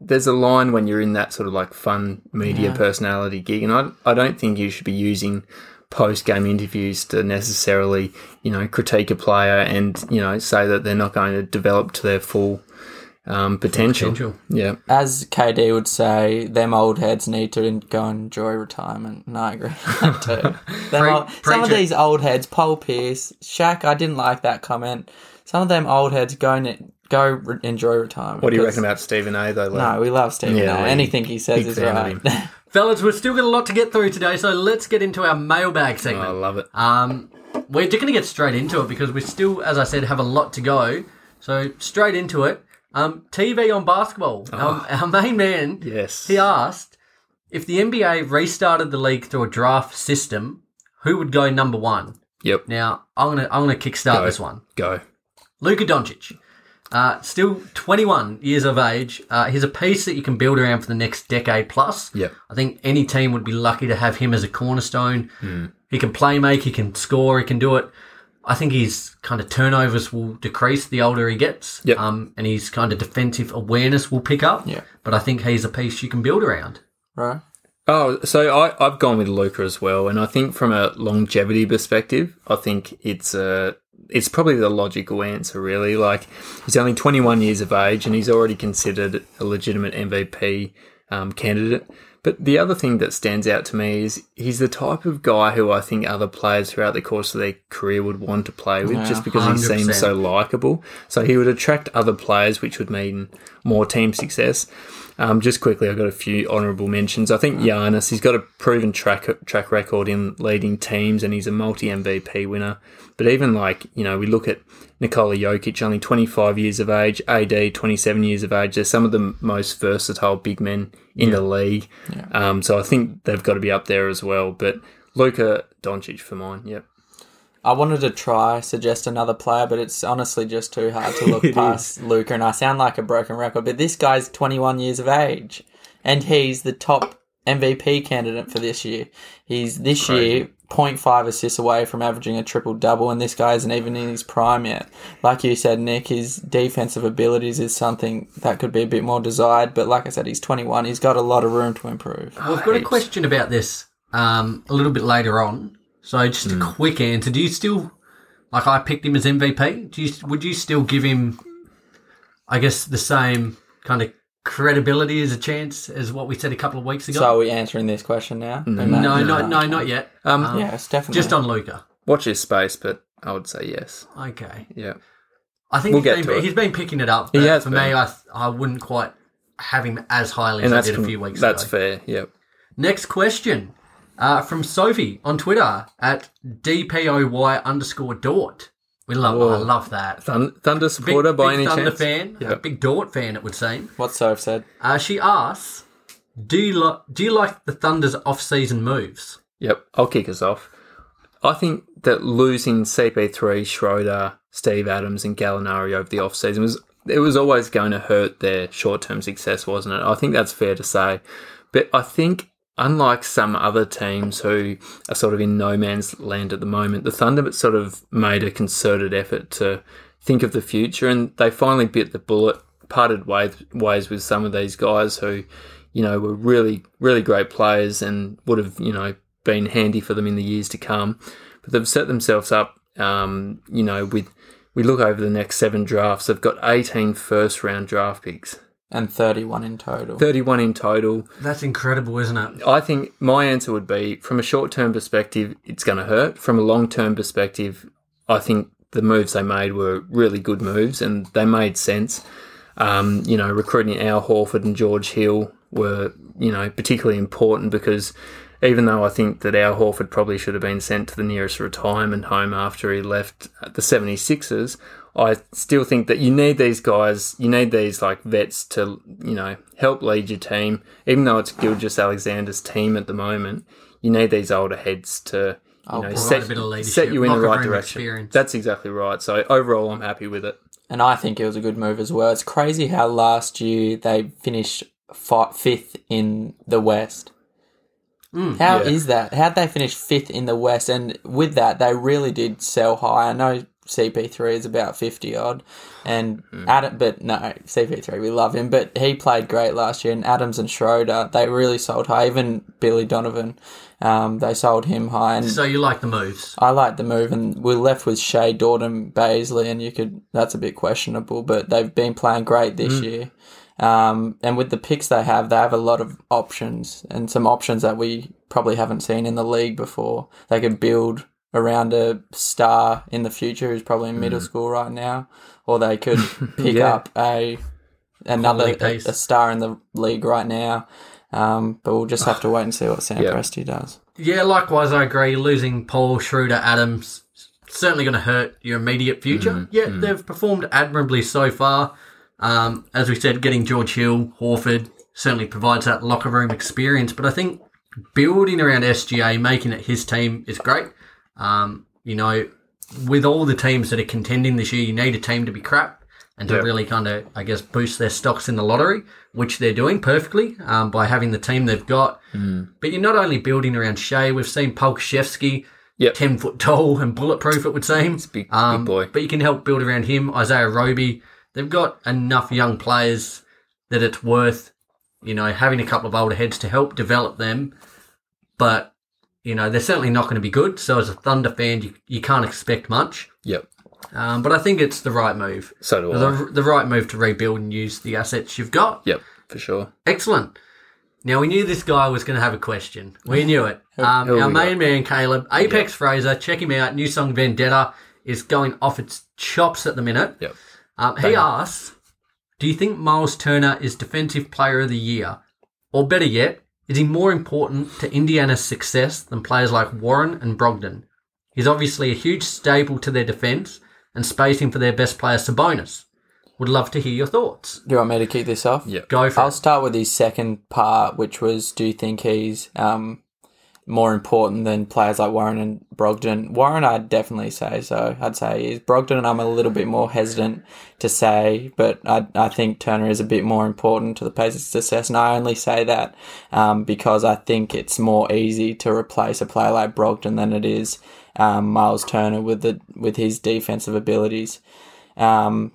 [SPEAKER 4] there's a line when you're in that sort of like fun media personality gig, and I I don't think you should be using post game interviews to necessarily you know critique a player and you know say that they're not going to develop to their full um,
[SPEAKER 2] potential.
[SPEAKER 4] potential. Yeah.
[SPEAKER 3] As KD would say, them old heads need to en- go enjoy retirement. And I agree with that too. Them
[SPEAKER 2] Pre-
[SPEAKER 3] old- some of
[SPEAKER 2] preach it.
[SPEAKER 3] these old heads, Paul Pierce, Shaq, I didn't like that comment. Some of them old heads go ne- go re- enjoy retirement.
[SPEAKER 4] What do you
[SPEAKER 3] because-
[SPEAKER 4] reckon about Stephen A though? Lee?
[SPEAKER 3] No, we love Stephen
[SPEAKER 4] Yeah,
[SPEAKER 3] A.
[SPEAKER 4] we-
[SPEAKER 3] Anything he says
[SPEAKER 4] big
[SPEAKER 3] is
[SPEAKER 4] fan of
[SPEAKER 3] right.
[SPEAKER 2] Fellas, we've still got a lot to get through today, so let's get into our mailbag
[SPEAKER 4] I
[SPEAKER 2] segment.
[SPEAKER 4] love it.
[SPEAKER 2] Um, we're just going to get straight into it because we still, as I said, have a lot to go. So straight into it. Um, TV on basketball. Um, our main man,
[SPEAKER 4] yes.
[SPEAKER 2] he asked if the NBA restarted the league through a draft system, who would go number one?
[SPEAKER 4] Yep.
[SPEAKER 2] Now I'm gonna I'm gonna kickstart
[SPEAKER 4] Go.
[SPEAKER 2] this one.
[SPEAKER 4] Go.
[SPEAKER 2] Luka Doncic, uh, still 21 years of age. Uh, he's a piece that you can build around for the next decade plus.
[SPEAKER 4] Yep.
[SPEAKER 2] I think any team would be lucky to have him as a cornerstone.
[SPEAKER 4] Hmm.
[SPEAKER 2] He can play make, he can score, he can do it. I think his kind of turnovers will decrease the older he gets.
[SPEAKER 4] Yep.
[SPEAKER 2] Um, and his kind of defensive awareness will pick up.
[SPEAKER 3] Yeah.
[SPEAKER 2] But I think he's a piece you can build around.
[SPEAKER 3] right?
[SPEAKER 4] Oh, so I, I've gone with Luca as well, and I think from a longevity perspective, I think it's uh it's probably the logical answer. Really, like he's only 21 years of age, and he's already considered a legitimate MVP um, candidate. But the other thing that stands out to me is he's the type of guy who I think other players throughout the course of their career would want to play with, just because he seems
[SPEAKER 2] 100%.
[SPEAKER 4] so likable. So he would attract other players, which would mean more team success. Um, just quickly, I've got a few honourable mentions. I
[SPEAKER 2] Mm-hmm.
[SPEAKER 4] think Giannis, he's got a proven track track record in leading teams, and he's a multi MVP winner. But even like you know, we look at Nikola Jokic, only 25 years of age, AD 27 years of age. They're some of the m- most versatile big men in the league. Um, so I think they've got to be up there as well. But Luka Doncic for mine. Yep.
[SPEAKER 3] I wanted to try suggest another player, but it's honestly just too hard to look past Luca, and I sound like a broken record. But this guy's 21 years of age, and he's the top MVP candidate for this year. He's this year 0.5 assists away from averaging a triple double, and this guy isn't even in his prime yet. Like you said, Nick, his defensive abilities is something that could be a bit more desired, but like I said, he's 21. He's got a lot of room to improve.
[SPEAKER 2] Well, I've got a
[SPEAKER 4] Heaps.
[SPEAKER 2] question about this um, a little bit later on. So just
[SPEAKER 4] Hmm.
[SPEAKER 2] a quick answer. Do you still like I picked him as MVP? Do you would you still give him I guess the same kind of credibility as a chance as what we said a couple of weeks ago?
[SPEAKER 3] So are we answering this question now?
[SPEAKER 2] no, no, no, not yet.
[SPEAKER 4] Um,
[SPEAKER 3] Yes, definitely.
[SPEAKER 2] Just on Luca.
[SPEAKER 4] Watch his space, but I would say yes.
[SPEAKER 2] Okay.
[SPEAKER 4] Yeah.
[SPEAKER 2] I think
[SPEAKER 4] We'll
[SPEAKER 2] he's
[SPEAKER 4] get
[SPEAKER 2] been,
[SPEAKER 4] to it.
[SPEAKER 2] he's been picking it up.
[SPEAKER 4] He
[SPEAKER 2] But
[SPEAKER 4] has
[SPEAKER 2] for me,
[SPEAKER 4] been.
[SPEAKER 2] I th- I wouldn't quite have him as highly as
[SPEAKER 4] And
[SPEAKER 2] I
[SPEAKER 4] that's
[SPEAKER 2] did a
[SPEAKER 4] com-
[SPEAKER 2] few weeks
[SPEAKER 4] That's
[SPEAKER 2] ago.
[SPEAKER 4] fair. Yep.
[SPEAKER 2] Next question uh, from Sophie on Twitter at DPOY underscore Dort. We love, I love that.
[SPEAKER 4] Thun- Thunder supporter by any
[SPEAKER 2] Thunder
[SPEAKER 4] chance?
[SPEAKER 2] fan, a
[SPEAKER 4] Yep.
[SPEAKER 2] big Dort fan, it would seem.
[SPEAKER 3] what Soph said.
[SPEAKER 2] Uh, she asks, do you, li- do you like the Thunder's off-season moves?
[SPEAKER 4] Yep, I'll kick us off. I think that losing CP3, Schroeder, Steve Adams, and Gallinari over the offseason was it was always going to hurt their short term success, wasn't it? I think that's fair to say. But I think unlike some other teams who are sort of in no man's land at the moment, the Thunder sort of made a concerted effort to think of the future, and they finally bit the bullet, parted ways, ways with some of these guys who, you know, were really, really great players and would have, you know, been handy for them in the years to come. But they've set themselves up, um, you know, with we look over the next seven drafts, they've got 18 first round draft picks,
[SPEAKER 3] And 31 in total.
[SPEAKER 4] 31 in total.
[SPEAKER 2] That's incredible, isn't it?
[SPEAKER 4] I think my answer would be from a short term perspective, it's going to hurt. From a long term perspective, I think the moves they made were really good moves and they made sense. Um, you know, recruiting Al Horford and George Hill were, you know, particularly important because even though I think that Al Horford probably should have been sent to the nearest retirement home after he left the 76ers, I still think that you need these guys, you need these like vets to, you know, help lead your team. Even though it's Gilgis Alexander's team at the moment, you need these older heads to, you know,
[SPEAKER 3] provide
[SPEAKER 4] set,
[SPEAKER 2] Oh, a bit of leadership,
[SPEAKER 4] set you in the
[SPEAKER 2] locker
[SPEAKER 4] right
[SPEAKER 2] room
[SPEAKER 4] direction.
[SPEAKER 2] experience.
[SPEAKER 4] That's exactly right. So overall, I'm happy with it.
[SPEAKER 3] And I think it was a good move as well. It's crazy how last year they finished fi- fifth in the West. How is
[SPEAKER 4] yeah.
[SPEAKER 3] that? How'd they finish fifth in the West? And with that, they really did sell high. I know CP3 is about 50 odd, and Adam, but no, CP3, we love him, but he played great last year. And Adams and Schroeder, they really sold high. Even Billy Donovan, um, they sold him high. And
[SPEAKER 2] So you like the moves?
[SPEAKER 3] I like the move, and we're left with Shea, Dorton, Baisley, and you could that's a bit questionable, but they've been playing great
[SPEAKER 4] Mm.
[SPEAKER 3] this year. Um, and with the picks they have, they have a lot of options and some options that we probably haven't seen in the league before. They could build around a star in the future who's probably in middle school right now, or they could
[SPEAKER 4] Mm.
[SPEAKER 3] pick
[SPEAKER 4] Yeah.
[SPEAKER 3] up a another
[SPEAKER 2] Quality
[SPEAKER 3] a,
[SPEAKER 2] piece.
[SPEAKER 3] a star in the league right now. Um, but we'll just have to wait and see what Sam
[SPEAKER 4] Yeah.
[SPEAKER 3] Presti does.
[SPEAKER 2] Yeah, likewise, I agree. Losing Paul, Schroeder, Adams, certainly going to hurt your immediate future. Yet they've performed admirably so far. Um, as we said, getting George Hill, Horford certainly provides that locker room experience. But I think building around SGA, making it his team is great. Um, you know, with all the teams that are contending this year, you need a team to be crap and to
[SPEAKER 4] Yeah.
[SPEAKER 2] really kind of, I guess, boost their stocks in the lottery, which they're doing perfectly um, by having the team they've got.
[SPEAKER 4] Hmm.
[SPEAKER 2] But you're not only building around Shea. We've seen Polkashevsky,
[SPEAKER 4] Yep.
[SPEAKER 2] ten foot tall and bulletproof. It would seem.
[SPEAKER 4] big- big
[SPEAKER 2] Um,
[SPEAKER 4] boy.
[SPEAKER 2] But you can help build around him. Isaiah Roby. They've got enough young players that it's worth, you know, having a couple of older heads to help develop them. But you know they're certainly not going to be good. So as a Thunder fan, you, you can't expect much.
[SPEAKER 4] Yep.
[SPEAKER 2] Um, but I think it's the right move.
[SPEAKER 4] So do I.
[SPEAKER 2] The, the right move to rebuild and use the assets you've got.
[SPEAKER 4] Yep, for sure.
[SPEAKER 2] Excellent. Now we knew this guy was going to have a question. We knew it. Um,
[SPEAKER 4] who
[SPEAKER 2] our
[SPEAKER 4] we
[SPEAKER 2] main man, Caleb Apex Fraser, check him out. New song Vendetta is going off its chops at the minute.
[SPEAKER 4] Yep.
[SPEAKER 2] Um, he asks, "Do you think Miles Turner is Defensive Player of the Year, or better yet, is he more important to Indiana's success than players like Warren and Brogdon? He's obviously a huge staple to their defense and spacing for their best player Sabonis. Would love to hear your thoughts.
[SPEAKER 3] Do you want me to kick this off?
[SPEAKER 4] Yep.
[SPEAKER 2] Go for
[SPEAKER 3] I'll
[SPEAKER 2] it.
[SPEAKER 3] start with his second part, which was do you think he's um, more important than players like Warren and Brogdon. Warren, I'd definitely say so. I'd say is Brogdon, I'm a little bit more hesitant to say, but I, I think Turner is a bit more important to the Pacers' success. And I only say that um, because I think it's more easy to replace a player like Brogdon than it is um, Miles Turner with the with his defensive abilities. Um,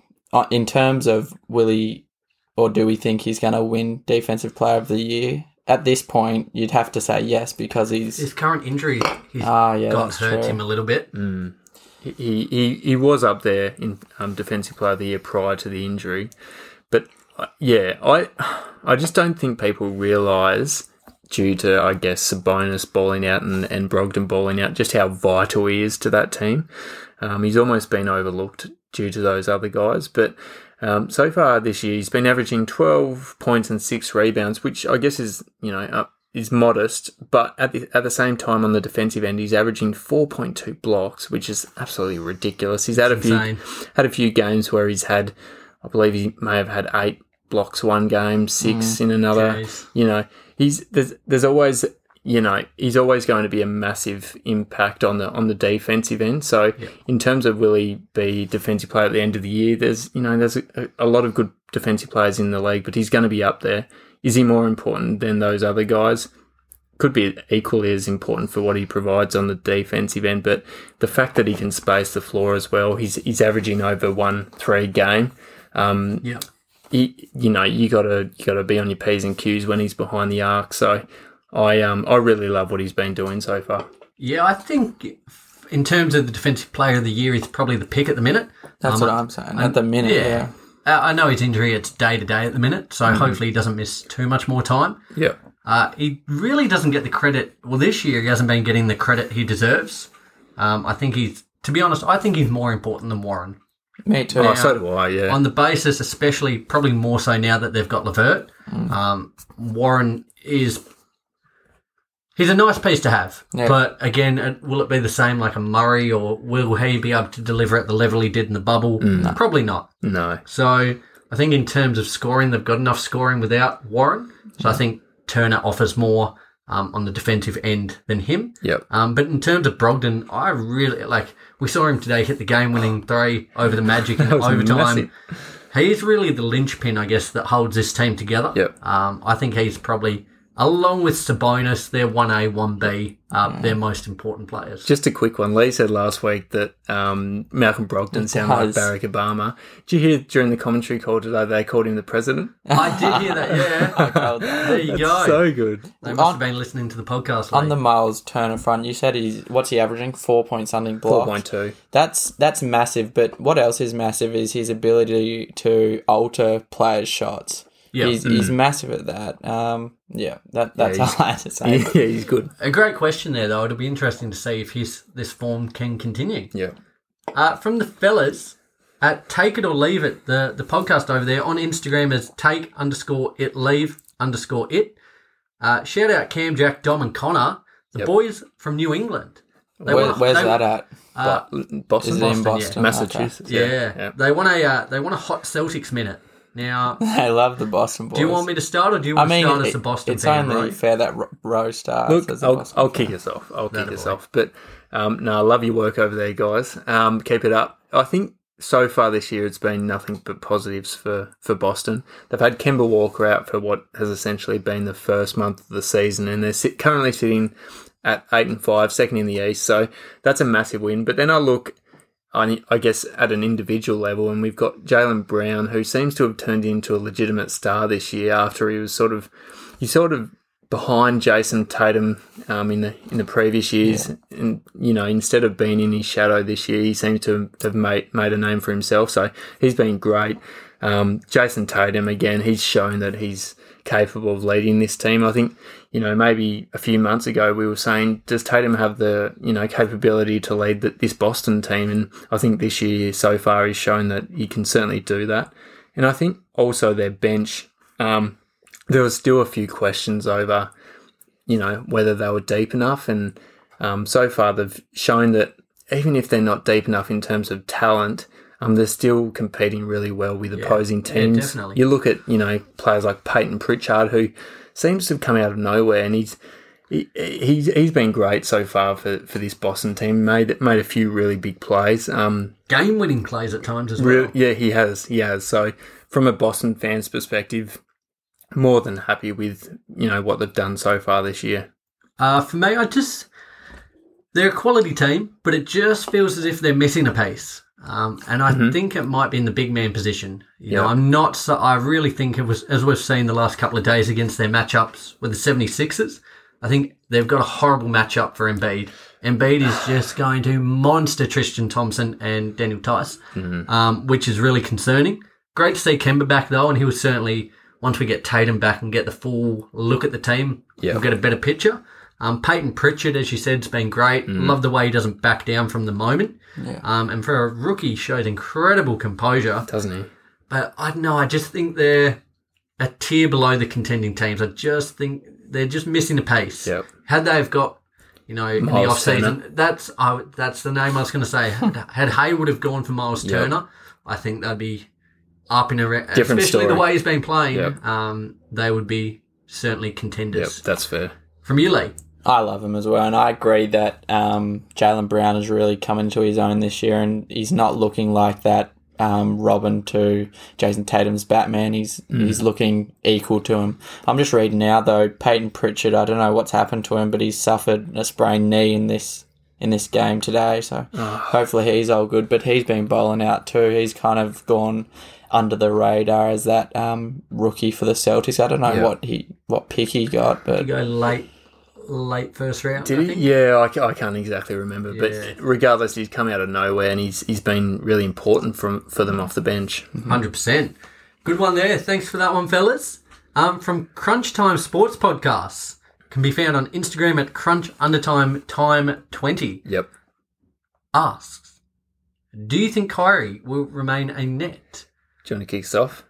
[SPEAKER 3] in terms of will he or do we think he's going to win Defensive Player of the Year? at this point, you'd have to say yes because he's
[SPEAKER 2] His current injury, he's
[SPEAKER 3] Ah, yeah,
[SPEAKER 2] got
[SPEAKER 3] that's
[SPEAKER 2] hurts
[SPEAKER 3] true. Mm.
[SPEAKER 2] him a little bit.
[SPEAKER 4] he, he he was up there in um, defensive player of the year prior to the injury, but uh, yeah, I I just don't think people realise due to I guess Sabonis balling out and, and Brogdon balling out just how vital he is to that team. Um, he's almost been overlooked due to those other guys, but. Um, so far this year, he's been averaging 12 points and six rebounds, which I guess is you know up, is modest, but at the at the same time on the defensive end, he's averaging 4.2 blocks, which is absolutely ridiculous. He's had a few
[SPEAKER 2] insane.
[SPEAKER 4] had a few games where he's had, I believe he may have had eight blocks one game, six in another.
[SPEAKER 2] Jeez.
[SPEAKER 4] You know, he's there's there's always you know he's always going to be a massive impact on the on the defensive end. So in terms of will he be defensive player at the end of the year, there's you know there's a, a lot of good defensive players in the league, but he's going to be up there. Is he more important than those other guys? could be equally as important for what he provides on the defensive end, but the fact that he can space the floor as well, he's he's averaging over one three game.
[SPEAKER 2] Yeah.
[SPEAKER 4] He, you know, you gotta you gotta be on your p's and q's when he's behind the arc. So, I um I really love what he's been doing so far.
[SPEAKER 2] Yeah, I think in terms of the defensive player of the year, he's probably the pick at the minute.
[SPEAKER 3] that's what I'm saying at the minute. Yeah.
[SPEAKER 2] yeah. Uh, I know his injury; it's day to day at the minute, so hopefully he doesn't miss too much more time.
[SPEAKER 4] Yeah,
[SPEAKER 2] Uh, he really doesn't get the credit. Well, this year he hasn't been getting the credit he deserves. Um, I think he's, to be honest, I think he's more important than Warren
[SPEAKER 3] me too.
[SPEAKER 4] oh, so do I. Yeah,
[SPEAKER 2] on the basis, especially probably more so now that they've got Levert. Um, Warren is he's a nice piece to have,
[SPEAKER 3] Yeah.
[SPEAKER 2] but again, uh, will it be the same like a Murray, or will he be able to deliver at the level he did in the bubble? Probably not.
[SPEAKER 4] no,
[SPEAKER 2] So I think in terms of scoring, they've got enough scoring without Warren. So I think Turner offers more um, on the defensive end than him.
[SPEAKER 4] Yep.
[SPEAKER 2] Um, but in terms of Brogdon, I really like. We saw him today hit the game-winning three over the Magic in
[SPEAKER 4] was
[SPEAKER 2] overtime.
[SPEAKER 4] massive.
[SPEAKER 2] He is really the linchpin, I guess, that holds this team together.
[SPEAKER 4] Yep.
[SPEAKER 2] Um, I think he's probably, along with Sabonis, they're one A, one B, um, their most important players.
[SPEAKER 4] Just a quick one. Lee said last week that um, Malcolm Brogdon sounded like
[SPEAKER 3] does.
[SPEAKER 4] Barack Obama. Did you hear during the commentary call today they called him the president?
[SPEAKER 2] I did hear that. Yeah. There you go.
[SPEAKER 4] So good.
[SPEAKER 2] they must have been listening to the podcast.
[SPEAKER 3] on
[SPEAKER 2] mate.
[SPEAKER 3] the Miles Turner front, you said he's what's he averaging four point something blocks.
[SPEAKER 4] Four point two.
[SPEAKER 3] That's that's massive. But what else is massive is his ability to alter players' shots.
[SPEAKER 2] Yeah.
[SPEAKER 3] he's, he's massive at that. Um, yeah, that that's
[SPEAKER 4] Mm. Yeah,
[SPEAKER 3] all I had to say.
[SPEAKER 4] Yeah, he's good.
[SPEAKER 2] A great question there, though. It'll be interesting to see if his this form can continue.
[SPEAKER 4] Yeah.
[SPEAKER 2] Uh, from the fellas at Take It or Leave It, the, the podcast over there on Instagram is take underscore it leave underscore it. Uh, shout out Cam, Jack, Dom, and Connor, the boys from New England. They
[SPEAKER 3] Where,
[SPEAKER 2] want-
[SPEAKER 3] where's
[SPEAKER 2] they-
[SPEAKER 3] that at?
[SPEAKER 4] But Boston,
[SPEAKER 3] Uh, Is it in
[SPEAKER 4] Boston,
[SPEAKER 3] Boston?
[SPEAKER 4] Massachusetts.
[SPEAKER 2] Yeah, they want a uh, they want a hot Celtics minute. Now, do
[SPEAKER 3] Okay. I love the Boston boys.
[SPEAKER 2] you want me to start or do you
[SPEAKER 3] I
[SPEAKER 2] want
[SPEAKER 3] mean,
[SPEAKER 2] to start
[SPEAKER 3] it-
[SPEAKER 2] as a Boston
[SPEAKER 3] it's
[SPEAKER 2] fan?
[SPEAKER 3] only
[SPEAKER 2] Roy?
[SPEAKER 3] fair that Ro- Rowe starts
[SPEAKER 4] Look,
[SPEAKER 3] as a
[SPEAKER 4] I'll,
[SPEAKER 3] Boston.
[SPEAKER 4] I'll kick us off. I'll kick us
[SPEAKER 2] boy.
[SPEAKER 4] off. But um, no, I love your work over there, guys. Um, keep it up. I think so far this year it's been nothing but positives for, for Boston. They've had Kemba Walker out for what has essentially been the first month of the season, and they're sit, currently sitting at eight and five, second in the East. So that's a massive win. But then I look I I guess at an individual level, and we've got Jalen Brown, who seems to have turned into a legitimate star this year after he was sort of he sort of behind Jason Tatum um, in the in the previous years, and you know instead of being in his shadow this year, he seems to have made made a name for himself. So he's been great. Um, Jason Tatum again, he's shown that he's capable of leading this team. I think, you know, maybe a few months ago we were saying, does Tatum have the, you know, capability to lead th this Boston team? And I think this year so far he's shown that he can certainly do that. And I think also their bench, um, there was still a few questions over, you know, whether they were deep enough. And um, so far they've shown that even if they're not deep enough in terms of talent, um, they're still competing really well with opposing teams.
[SPEAKER 2] definitely.
[SPEAKER 4] You look at you know players like Peyton Pritchard, who seems to have come out of nowhere, and he's he, he's he's been great so far for, for this Boston team. Made made a few really big plays. Um,
[SPEAKER 2] Game winning plays at times as
[SPEAKER 4] real-
[SPEAKER 2] well.
[SPEAKER 4] yeah, he has. He has. So from a Boston fan's perspective, more than happy with you know what they've done so far this year.
[SPEAKER 2] Uh, for me, I just they're a quality team, but it just feels as if they're missing a piece. Um, and I think it might be in the big man position. You know,
[SPEAKER 4] Mm-hmm. Yeah.
[SPEAKER 2] I'm not. So, I really think it was as we've seen the last couple of days against their matchups with the 76ers. I think they've got a horrible matchup for Embiid. Embiid is just going to monster Tristan Thompson and Daniel Tice,
[SPEAKER 4] Mm-hmm.
[SPEAKER 2] um, which is really concerning. Great to see Kemba back though, and he was certainly once we get Tatum back and get the full look at the team,
[SPEAKER 4] Yeah.
[SPEAKER 2] we'll get a better picture. Um, Peyton Pritchard, as you said, has been great.
[SPEAKER 4] Mm.
[SPEAKER 2] Love the way he doesn't back down from the moment. Um, and for a rookie, shows incredible composure.
[SPEAKER 4] Doesn't he?
[SPEAKER 2] But I don't know. I just think they're a tier below the contending teams. I just think they're just missing the pace.
[SPEAKER 4] Yep.
[SPEAKER 2] Had they've got, you know, in the
[SPEAKER 4] Miles
[SPEAKER 2] off season, that's I, would- that's the name I was going to say. Had, had Hayward have gone for Miles Turner, I think they'd be up in a re-
[SPEAKER 4] Different
[SPEAKER 2] especially
[SPEAKER 4] story.
[SPEAKER 2] the way he's been playing.
[SPEAKER 4] Yep.
[SPEAKER 2] Um, they would be certainly
[SPEAKER 4] Yep,
[SPEAKER 2] contenders
[SPEAKER 4] that's fair.
[SPEAKER 2] from you, Lee.
[SPEAKER 3] I love him as well, and I agree that um, Jalen Brown has really come into his own this year, and he's not looking like that um, Robin to Jason Tatum's Batman. He's he's looking equal to him. I'm just reading now though, Peyton Pritchard. I don't know what's happened to him, but he's suffered a sprained knee in this in this game today. So hopefully he's all good. But he's been bowling out too. He's kind of gone under the radar as that um, rookie for the Celtics. I don't know
[SPEAKER 4] Yeah.
[SPEAKER 3] what he what pick he got, but
[SPEAKER 2] You go late, late first round. I
[SPEAKER 4] Did
[SPEAKER 2] think.
[SPEAKER 4] he? Yeah, I, ca- I can't exactly remember,
[SPEAKER 2] Yeah.
[SPEAKER 4] but regardless, he's come out of nowhere and he's he's been really important from for them off the bench.
[SPEAKER 2] Hundred percent. Good one there. Thanks for that one, fellas. Um, from Crunch Time Sports Podcasts can be found on Instagram at Crunch Undertime Time Twenty.
[SPEAKER 4] Yep.
[SPEAKER 2] Asks, do you think Kyrie will remain a net?
[SPEAKER 4] Do you want to kick us off?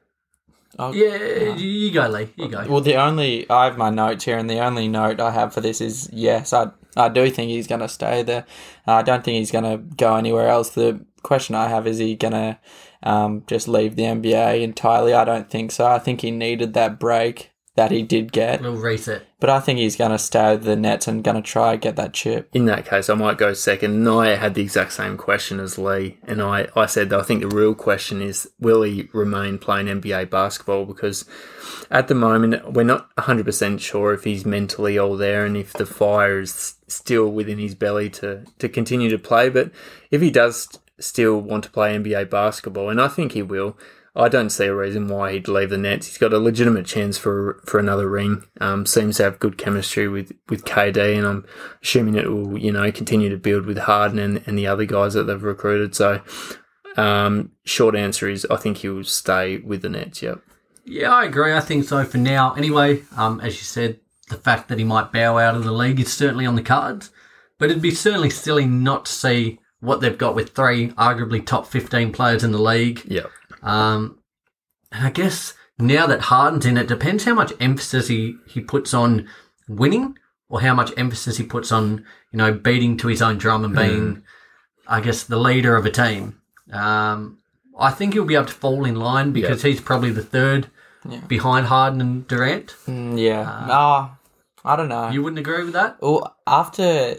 [SPEAKER 3] I'll-
[SPEAKER 2] Yeah, you go, Lee. You go.
[SPEAKER 3] Well, the only I have my notes here, and the only note I have for this is yes, I I do think he's going to stay there. Uh, I don't think he's going to go anywhere else. The question I have is he going to um, just leave the NBA entirely? I don't think so. I think he needed that break that he did get,
[SPEAKER 2] Little reset.
[SPEAKER 3] but I think he's going to stay with the Nets and going to try and get that chip.
[SPEAKER 4] In that case, I might go second. And I had the exact same question as Lee, and I, I said that I think the real question is will he remain playing NBA basketball? Because at the moment, we're not 100% sure if he's mentally all there and if the fire is s- still within his belly to, to continue to play. But if he does still want to play NBA basketball, and I think he will, I don't see a reason why he'd leave the Nets. He's got a legitimate chance for for another ring. Um, seems to have good chemistry with, with KD, and I'm assuming it will, you know, continue to build with Harden and, and the other guys that they've recruited. So, um, short answer is I think he'll stay with the Nets. Yep.
[SPEAKER 2] Yeah, I agree. I think so for now. Anyway, um, as you said, the fact that he might bow out of the league is certainly on the cards, but it'd be certainly silly not to see what they've got with three arguably top 15 players in the league.
[SPEAKER 4] Yep.
[SPEAKER 2] Um, and I guess now that Harden's in, it depends how much emphasis he, he puts on winning or how much emphasis he puts on, you know, beating to his own drum and being, I guess, the leader of a team. Um, I think he'll be able to fall in line because he's probably the third behind Harden and Durant.
[SPEAKER 3] Mm, yeah. Ah, I don't know.
[SPEAKER 2] You wouldn't agree with that?
[SPEAKER 3] Well, after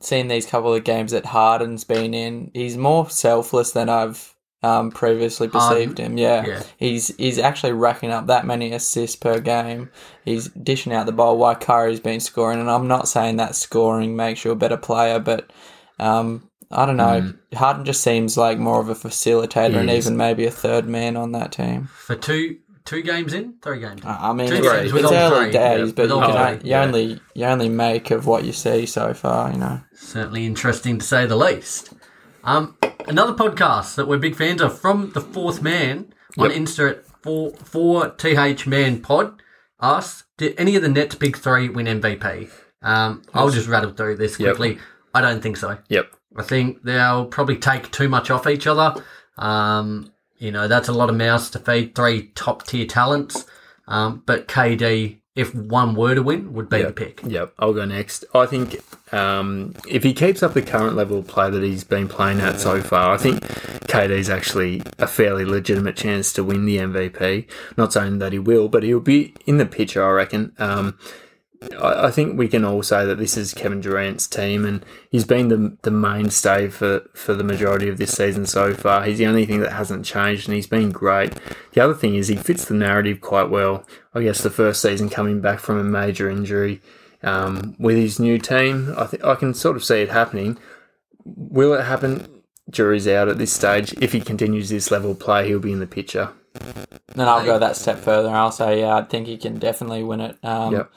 [SPEAKER 3] seeing these couple of games that Harden's been in, he's more selfless than I've um, previously perceived him. Yeah.
[SPEAKER 2] Yeah.
[SPEAKER 3] he's he's actually racking up that many assists per game. He's dishing out the ball while Kyrie's been scoring, and I'm not saying that scoring makes you a better player, but um, I don't know. Harden just seems like more of a facilitator, and
[SPEAKER 4] is.
[SPEAKER 3] even maybe a third man on that team.
[SPEAKER 2] For two two games in, three games. in.
[SPEAKER 3] I I mean,
[SPEAKER 2] Two
[SPEAKER 3] it's,
[SPEAKER 2] games with
[SPEAKER 3] it's
[SPEAKER 2] all
[SPEAKER 3] early
[SPEAKER 2] three, yeah,
[SPEAKER 3] days, but
[SPEAKER 2] with
[SPEAKER 3] you,
[SPEAKER 2] all
[SPEAKER 3] can, o-
[SPEAKER 2] three,
[SPEAKER 3] you
[SPEAKER 4] yeah.
[SPEAKER 3] only you only make of what you see so far, you know.
[SPEAKER 2] Certainly interesting to say the least. Um, another podcast that we're big fans of from the Fourth Man on Insta at four four th man pod asks, did any of the Nets big three win MVP? Um, I'll just rattle through this
[SPEAKER 4] Yep.
[SPEAKER 2] quickly. I don't think so.
[SPEAKER 4] Yep.
[SPEAKER 2] I think they'll probably take too much off each other. Um, you know, that's a lot of mouths to feed three top tier talents. Um, but KD, if one were to win, would be the pick.
[SPEAKER 4] Yep, I'll go next. I think um, if he keeps up the current level of play that he's been playing at so far, I think KD's actually a fairly legitimate chance to win the MVP. Not saying that he will, but he'll be in the picture, I reckon. Um, I, I think we can all say that this is Kevin Durant's team, and he's been the the mainstay for for the majority of this season so far. He's the only thing that hasn't changed, and he's been great. The other thing is he fits the narrative quite well. I guess the first season coming back from a major injury um, with his new team, I think I can sort of see it happening. Will it happen? Jury's out at this stage. If he continues this level of play, he'll be in the picture.
[SPEAKER 3] Then I'll go that step further and I'll say, yeah, I think he can definitely win it. Um,
[SPEAKER 4] Yep.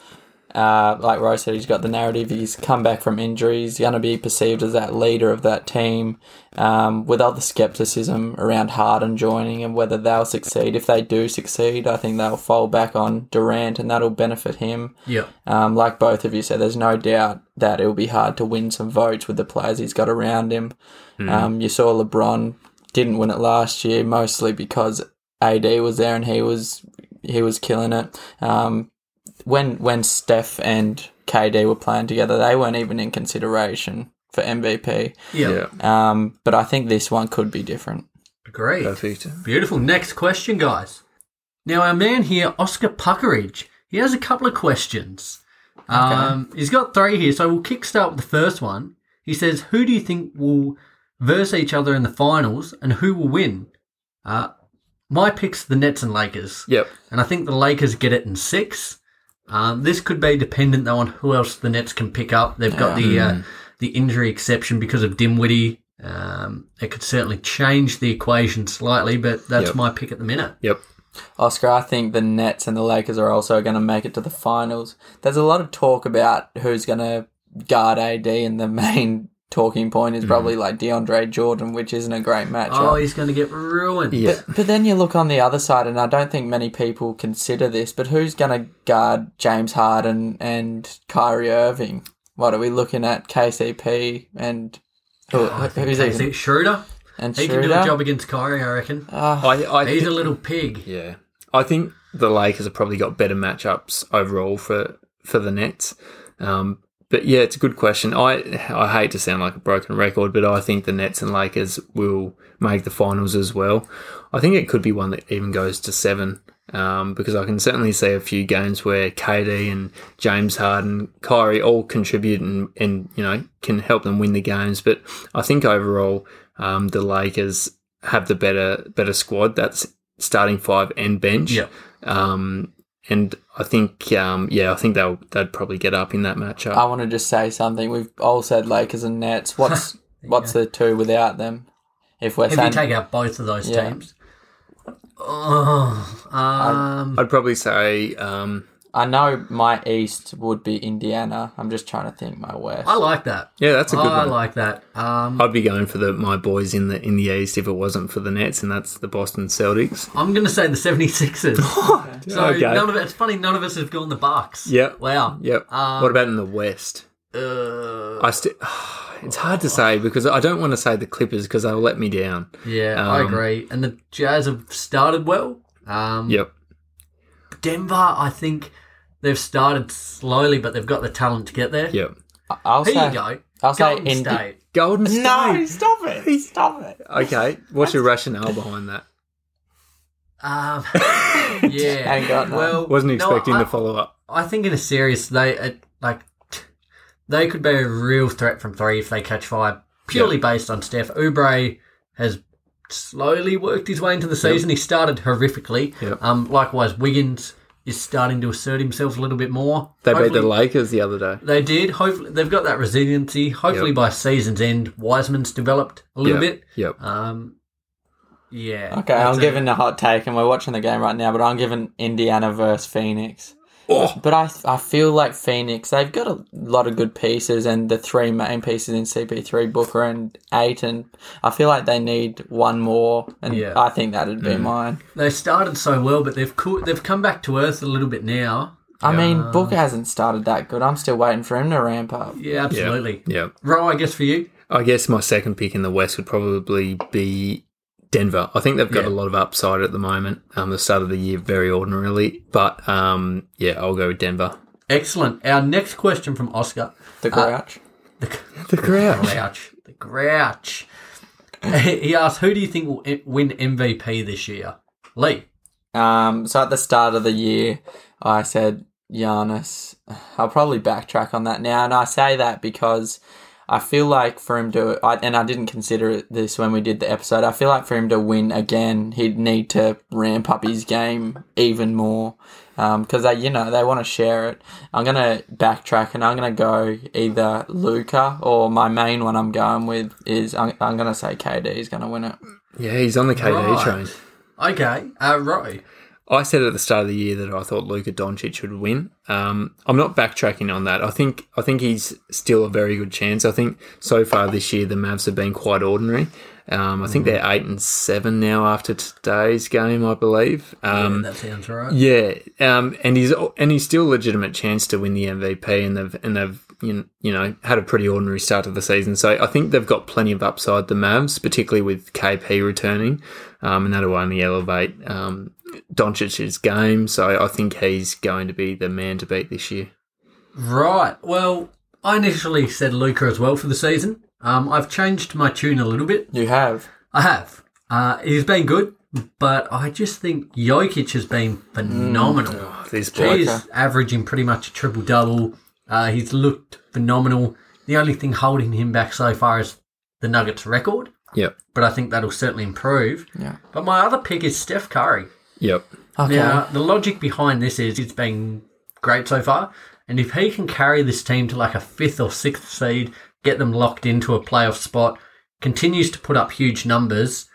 [SPEAKER 3] uh, like Roy said, he's got the narrative. He's come back from injury. He's going to be perceived as that leader of that team. Um, with other skepticism around Harden joining and whether they'll succeed. If they do succeed, I think they'll fall back on Durant and that'll benefit him.
[SPEAKER 2] Yeah.
[SPEAKER 3] Um, like both of you said, there's no doubt that it'll be hard to win some votes with the players he's got around him. Um, you saw LeBron didn't win it last year mostly because AD was there and he was he was killing it. Um, when when Steph and KD were playing together, they weren't even in consideration for MVP.
[SPEAKER 2] Yeah.
[SPEAKER 3] Um, but I think this one could be different.
[SPEAKER 2] Agreed.
[SPEAKER 4] perfect.
[SPEAKER 2] Beautiful. Next question, guys. Now, our man here, Oscar Puckeridge, he has a couple of questions. Um, he's got three here, so we'll kickstart with the first one. He says, Who do you think will verse each other in the finals and who will win? Uh, my pick's the Nets and Lakers,
[SPEAKER 4] Yep.
[SPEAKER 2] and I think the Lakers get it in six. Um, this could be dependent, though, on who else the Nets can pick up. They've got the
[SPEAKER 4] Hmm.
[SPEAKER 2] uh, the injury exception because of Dimwitty. Um, it could certainly change the equation slightly, but that's
[SPEAKER 4] Yep.
[SPEAKER 2] my pick at the minute.
[SPEAKER 4] Yep.
[SPEAKER 3] Oscar, I think the Nets and the Lakers are also going to make it to the finals. There's a lot of talk about who's going to guard AD, and the main talking point is probably like DeAndre Jordan, which isn't a great matchup.
[SPEAKER 2] Mm-hmm. Oh, he's going to get ruined.
[SPEAKER 4] Yeah.
[SPEAKER 3] But then you look on the other side, and I don't think many people consider this, but who's going to guard James Harden and Kyrie Irving? What are we looking at? KCP and
[SPEAKER 2] Oh,
[SPEAKER 3] who, who's
[SPEAKER 2] Is
[SPEAKER 3] even?
[SPEAKER 2] it Schroeder?
[SPEAKER 3] And
[SPEAKER 2] He can do a
[SPEAKER 3] Schroeder?
[SPEAKER 2] job against Kyrie, I reckon.
[SPEAKER 4] I, I
[SPEAKER 2] he's
[SPEAKER 4] thi-
[SPEAKER 2] a little pig.
[SPEAKER 4] yeah. I think the Lakers have probably got better matchups overall for for the Nets. Um, but yeah, it's a good question. I I hate to sound like a broken record, but I think the Nets and Lakers will make the finals as well. I think it could be one that even goes to seven. Um, because I can certainly see a few games where KD and James Harden, Kyrie all contribute and, and you know can help them win the games. But I think overall, um, the Lakers have the better better squad. That's starting five and bench.
[SPEAKER 2] Yeah.
[SPEAKER 4] Um, and I think, um, yeah, I think they'll they'd probably get up in that matchup.
[SPEAKER 2] Oh.
[SPEAKER 3] I want to just say something. We've all said Lakers and Nets. What's what's the two without them? If we're
[SPEAKER 2] If you
[SPEAKER 3] saying
[SPEAKER 2] take out both of those
[SPEAKER 3] Yeah.
[SPEAKER 2] teams. Oh, um,
[SPEAKER 4] I'd probably say, um,
[SPEAKER 3] I know my East would be Indiana. I'm just trying to think my West.
[SPEAKER 2] I like that.
[SPEAKER 4] yeah, that's a good
[SPEAKER 2] I
[SPEAKER 4] one.
[SPEAKER 2] like that. Um,
[SPEAKER 4] I'd be going for the my boys in the in the East if it wasn't for the Nets, and that's the Boston Celtics.
[SPEAKER 2] I'm going to say the 76ers. so
[SPEAKER 4] Okay.
[SPEAKER 2] none of it, it's funny, none of us have gone the Bucks.
[SPEAKER 4] Yep.
[SPEAKER 2] Wow.
[SPEAKER 4] Yep.
[SPEAKER 2] Um,
[SPEAKER 4] what about in the West?
[SPEAKER 2] Uh,
[SPEAKER 4] I st- it's hard to say because I don't want to say the Clippers because they'll let me down.
[SPEAKER 2] yeah, I
[SPEAKER 4] Um,
[SPEAKER 2] agree. And the Jazz have started well. Um,
[SPEAKER 4] Yep.
[SPEAKER 2] Denver, I think they've started slowly, but they've got the talent to get there.
[SPEAKER 4] Yep.
[SPEAKER 3] I'll
[SPEAKER 2] Here
[SPEAKER 3] say,
[SPEAKER 2] you go.
[SPEAKER 3] I'll say
[SPEAKER 2] Golden
[SPEAKER 3] Indi-
[SPEAKER 2] State.
[SPEAKER 4] Golden State.
[SPEAKER 3] No, stop it! Stop it!
[SPEAKER 4] Okay. What's your rationale behind that?
[SPEAKER 2] Um, yeah.
[SPEAKER 3] Ain't got none.
[SPEAKER 2] well,
[SPEAKER 4] Wasn't
[SPEAKER 2] no,
[SPEAKER 4] expecting
[SPEAKER 2] I,
[SPEAKER 4] the follow up.
[SPEAKER 2] I think in a series, they uh, like they could be a real threat from three if they catch fire. Purely based on Steph, Oubre has slowly worked his way into the season. He started horrifically.
[SPEAKER 4] Yep.
[SPEAKER 2] Um, likewise, Wiggins is starting to assert himself a little bit more.
[SPEAKER 4] They beat
[SPEAKER 2] Hopefully-
[SPEAKER 4] the Lakers the other day.
[SPEAKER 2] They did. Hopefully, they've got that resiliency. Hopefully,
[SPEAKER 4] Yep.
[SPEAKER 2] by season's end, Wiseman's developed a little
[SPEAKER 4] Yep.
[SPEAKER 2] bit.
[SPEAKER 4] Yep.
[SPEAKER 2] Um, yeah.
[SPEAKER 3] Okay,
[SPEAKER 2] That's
[SPEAKER 3] I'm
[SPEAKER 2] it.
[SPEAKER 3] giving a hot take, and we're watching the game right now. But I'm giving Indiana versus Phoenix.
[SPEAKER 4] Oh.
[SPEAKER 3] But I, I feel like Phoenix, they've got a lot of good pieces, and the three main pieces in CP3, Booker and Aiton. I feel like they need one more, and
[SPEAKER 2] Yeah. Mm.
[SPEAKER 3] I think that'd be mine.
[SPEAKER 2] They started so well, but they've co- they've come back to earth a little bit now.
[SPEAKER 3] I mean, Booker hasn't started that good. I'm still waiting for him to ramp up.
[SPEAKER 2] Yeah, absolutely.
[SPEAKER 4] Yep.
[SPEAKER 2] Ro, I guess for you.
[SPEAKER 4] I guess my second pick in the West would probably be Denver. I think they've got
[SPEAKER 2] Yeah.
[SPEAKER 4] a lot of upside at the moment. Um, the start of the year very ordinarily, but um, yeah, I'll go with Denver.
[SPEAKER 2] Excellent. Our next question from Oscar.
[SPEAKER 3] The Grouch.
[SPEAKER 4] The crowd.
[SPEAKER 2] Grouch. the Grouch. He asks, who do you think will i- win MVP this year? Lee.
[SPEAKER 3] Um, so at the start of the year, I said Giannis. I'll probably backtrack on that now, and I say that because I feel like for him to, I, and I didn't consider it this when we did the episode. I feel like for him to win again, he'd need to ramp up his game even more because they, you know, they want to share it. I'm gonna backtrack and I'm gonna go either Luca or my main one. I'm going with is I'm, I'm gonna say KD is gonna win it.
[SPEAKER 4] Yeah, he's on the KD
[SPEAKER 2] Right.
[SPEAKER 4] train.
[SPEAKER 2] Okay, uh, right.
[SPEAKER 4] I said at the start of the year that I thought Luka Doncic would win. Um, I'm not backtracking on that. I think I think he's still a very good chance. I think so far this year the Mavs have been quite ordinary. Um, I think they're eight and seven now after today's game, I believe. Um,
[SPEAKER 2] that sounds right.
[SPEAKER 4] yeah, um, and he's and he's still a legitimate chance to win the MVP, and they've and they've you kn- you know had a pretty ordinary start to the season. So I think they've got plenty of upside. The Mavs, particularly with KP returning, um, and that'll only elevate um, Doncic's game. So I think he's going to be the man to beat this year.
[SPEAKER 2] Right. Well, I initially said Luca as well for the season. Um, I've changed my tune a little bit.
[SPEAKER 3] You have.
[SPEAKER 2] I have. Uh, he's been good, but I just think Jokic has been phenomenal.
[SPEAKER 4] This bloke,
[SPEAKER 2] He's averaging pretty much a triple double. Uh, he's looked phenomenal. The only thing holding him back so far is the Nuggets record,
[SPEAKER 4] yep,
[SPEAKER 2] but I think that'll certainly improve.
[SPEAKER 3] Yeah.
[SPEAKER 2] But my other pick is Steph Curry.
[SPEAKER 4] yep,
[SPEAKER 3] Okay.
[SPEAKER 2] Now, the logic behind this is it's been great so far, and if he can carry this team to like a fifth or sixth seed, get them locked into a playoff spot, continues to put up huge numbers,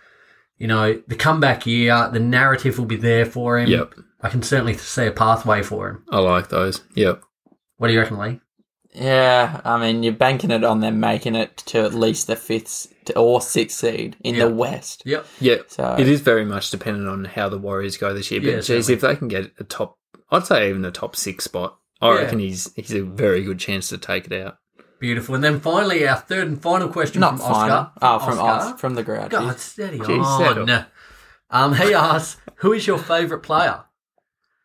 [SPEAKER 2] you know, the comeback year, the narrative will be there for him.
[SPEAKER 4] Yep.
[SPEAKER 2] I can certainly see a pathway for him.
[SPEAKER 4] I like those. Yep,
[SPEAKER 2] What do you reckon, Lee?
[SPEAKER 3] Yeah, I mean, you're banking it on them making it to at least the fifth s- to- or sixth seed in the West.
[SPEAKER 2] Yep.
[SPEAKER 4] yep.
[SPEAKER 3] So-
[SPEAKER 4] it is very much dependent on how the Warriors go this year. But
[SPEAKER 2] Yeah,
[SPEAKER 4] geez, if they can get a top, I'd say even a top six spot, I
[SPEAKER 2] Yeah.
[SPEAKER 4] reckon he's he's a very good chance to take it out.
[SPEAKER 2] Beautiful. And then finally, our third and final question
[SPEAKER 3] Not
[SPEAKER 2] from
[SPEAKER 3] final.
[SPEAKER 2] Oscar.
[SPEAKER 3] Oh, from
[SPEAKER 2] Oscar.
[SPEAKER 3] Oz, from the Grouchies.
[SPEAKER 2] God, steady
[SPEAKER 4] Jeez,
[SPEAKER 2] on.
[SPEAKER 4] settle.
[SPEAKER 2] Um, he asks, who is your favourite player?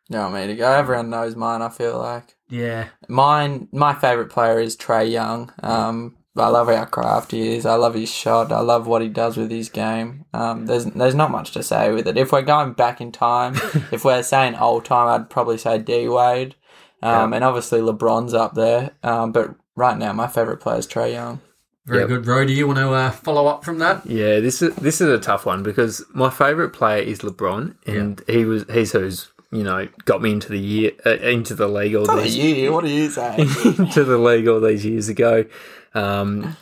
[SPEAKER 3] You know what I mean? to go. Everyone knows mine. I feel like
[SPEAKER 2] Yeah.
[SPEAKER 3] mine. My favorite player is Trey Young. Um, I love how crafty he is. I love his shot. I love what he does with his game. Um, there's there's not much to say with it. If we're going back in time, if we're saying old time, I'd probably say D Wade. Um, and obviously LeBron's up there. Um, but right now, my favorite player is Trey Young.
[SPEAKER 2] Very
[SPEAKER 4] Yep.
[SPEAKER 2] good, Ro. Do you want to uh, follow up from that?
[SPEAKER 4] Yeah, this is this is a tough one because my favourite player is LeBron, and he was he's who's you know got me into the year uh, into the league all
[SPEAKER 3] What are
[SPEAKER 4] these
[SPEAKER 3] you? What are you saying?
[SPEAKER 4] into the league all these years ago. Um,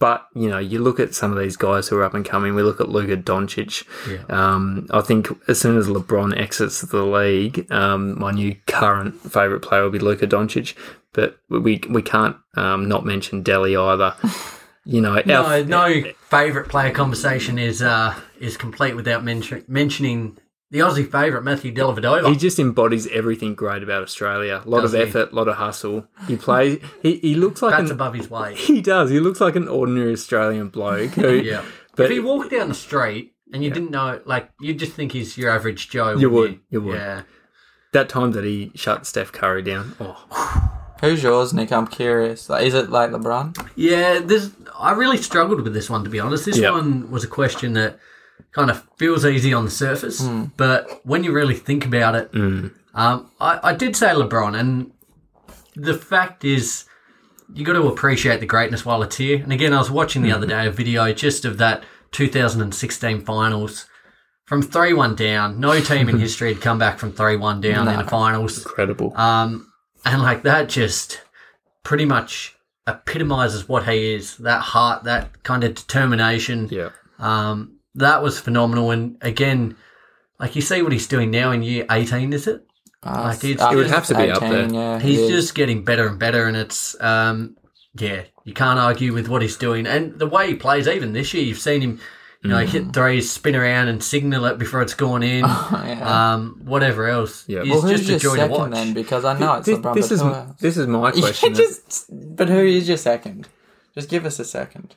[SPEAKER 4] but you know, you look at some of these guys who are up and coming. We look at Luka Doncic.
[SPEAKER 2] Yeah.
[SPEAKER 4] Um, I think as soon as LeBron exits the league, um, my new current favorite player will be Luka Doncic. But we we can't um, not mention Delhi either. You know,
[SPEAKER 2] No,
[SPEAKER 4] our-
[SPEAKER 2] no favourite player conversation is uh, is complete without mention- mentioning the Aussie favourite, Matthew
[SPEAKER 4] He
[SPEAKER 2] Dellavedova.
[SPEAKER 4] just embodies everything great about Australia. A lot
[SPEAKER 2] Doesn't
[SPEAKER 4] of
[SPEAKER 2] he?
[SPEAKER 4] effort, a lot of hustle. He plays. He, he looks like
[SPEAKER 2] That's
[SPEAKER 4] an,
[SPEAKER 2] above his weight.
[SPEAKER 4] he does. He looks like an ordinary Australian bloke. Who,
[SPEAKER 2] Yeah.
[SPEAKER 4] but
[SPEAKER 2] if he walked down the street and you didn't know, like, you'd just think he's your average Joe.
[SPEAKER 4] You
[SPEAKER 2] wouldn't
[SPEAKER 4] would, you would.
[SPEAKER 2] Yeah.
[SPEAKER 4] that time that he shut Steph Curry down. Oh,
[SPEAKER 3] Who's yours, Nick? I'm curious. Like, is it like LeBron?
[SPEAKER 2] Yeah, this I really struggled with this one to be honest. This
[SPEAKER 4] Yeah.
[SPEAKER 2] one was a question that kind of feels easy on the surface, but when you really think about it, um, I, I did say LeBron, and the fact is, you got to appreciate the greatness while it's here. And again, I was watching the other day a video just of that 2016 finals. From 3 1 down, no team in history had come back from 3 1 down in the finals.
[SPEAKER 4] incredible.
[SPEAKER 2] Um, and like that just pretty much epitomizes what he is that heart, that kind of determination.
[SPEAKER 4] yeah,
[SPEAKER 2] Um, that was phenomenal. And again, like you see what he's doing now in year 18, is it?
[SPEAKER 3] Uh,
[SPEAKER 2] Like, it's-
[SPEAKER 3] uh,
[SPEAKER 2] It would
[SPEAKER 4] have to be up there.
[SPEAKER 3] Yeah,
[SPEAKER 2] He's
[SPEAKER 3] it is.
[SPEAKER 2] just getting better and better. And it's, um, yeah, you can't argue with what he's doing. And the way he plays, even this year, you've seen him, you know, hit threes, spin around and signal it before it's gone in.
[SPEAKER 3] yeah.
[SPEAKER 2] Um, whatever else.
[SPEAKER 4] Yeah.
[SPEAKER 2] He's
[SPEAKER 4] Well,
[SPEAKER 3] who's
[SPEAKER 2] just a joy to
[SPEAKER 3] second
[SPEAKER 2] watch.
[SPEAKER 3] then? Because I know it's
[SPEAKER 4] this,
[SPEAKER 3] LeBron.
[SPEAKER 4] this
[SPEAKER 3] but
[SPEAKER 4] is
[SPEAKER 3] who else?
[SPEAKER 4] this is my
[SPEAKER 3] Yeah,
[SPEAKER 4] question.
[SPEAKER 3] just but who is your second? Just give us a second.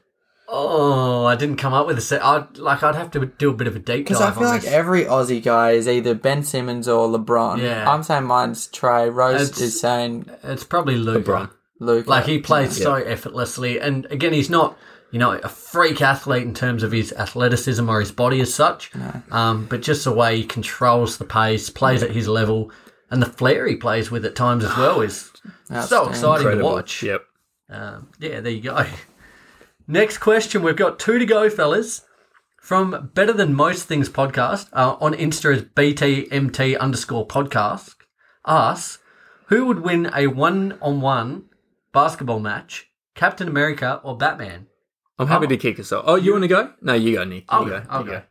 [SPEAKER 2] Oh, I didn't come up with a set. I'd like I'd have to do a bit of a deep dive
[SPEAKER 3] Because I feel
[SPEAKER 2] on
[SPEAKER 3] like
[SPEAKER 2] this.
[SPEAKER 3] every Aussie guy is either Ben Simmons or LeBron.
[SPEAKER 2] Yeah.
[SPEAKER 3] I'm saying mine's Trey. Rose
[SPEAKER 2] It's-
[SPEAKER 3] is saying
[SPEAKER 2] it's probably Luca.
[SPEAKER 4] LeBron.
[SPEAKER 3] Luke.
[SPEAKER 2] Like he plays so effortlessly, and again, he's not you know a freak athlete in terms of his athleticism or his body as such. Um, but just the way he controls the pace, plays at his level, and the flair he plays with at times as well is so exciting to
[SPEAKER 4] Incredible.
[SPEAKER 2] watch.
[SPEAKER 4] Yep.
[SPEAKER 2] Um, yeah, there you go. Next question. We've got two to go, fellas. From Better Than Most Things podcast uh, on Insta is BTMT underscore podcast asks who would win a one on one basketball match, Captain America or Batman?
[SPEAKER 4] I'm happy to kick us off. Oh, you want to go? No, you go, Nick. You
[SPEAKER 2] I'll
[SPEAKER 4] go.
[SPEAKER 2] go. I'll
[SPEAKER 4] you
[SPEAKER 2] go.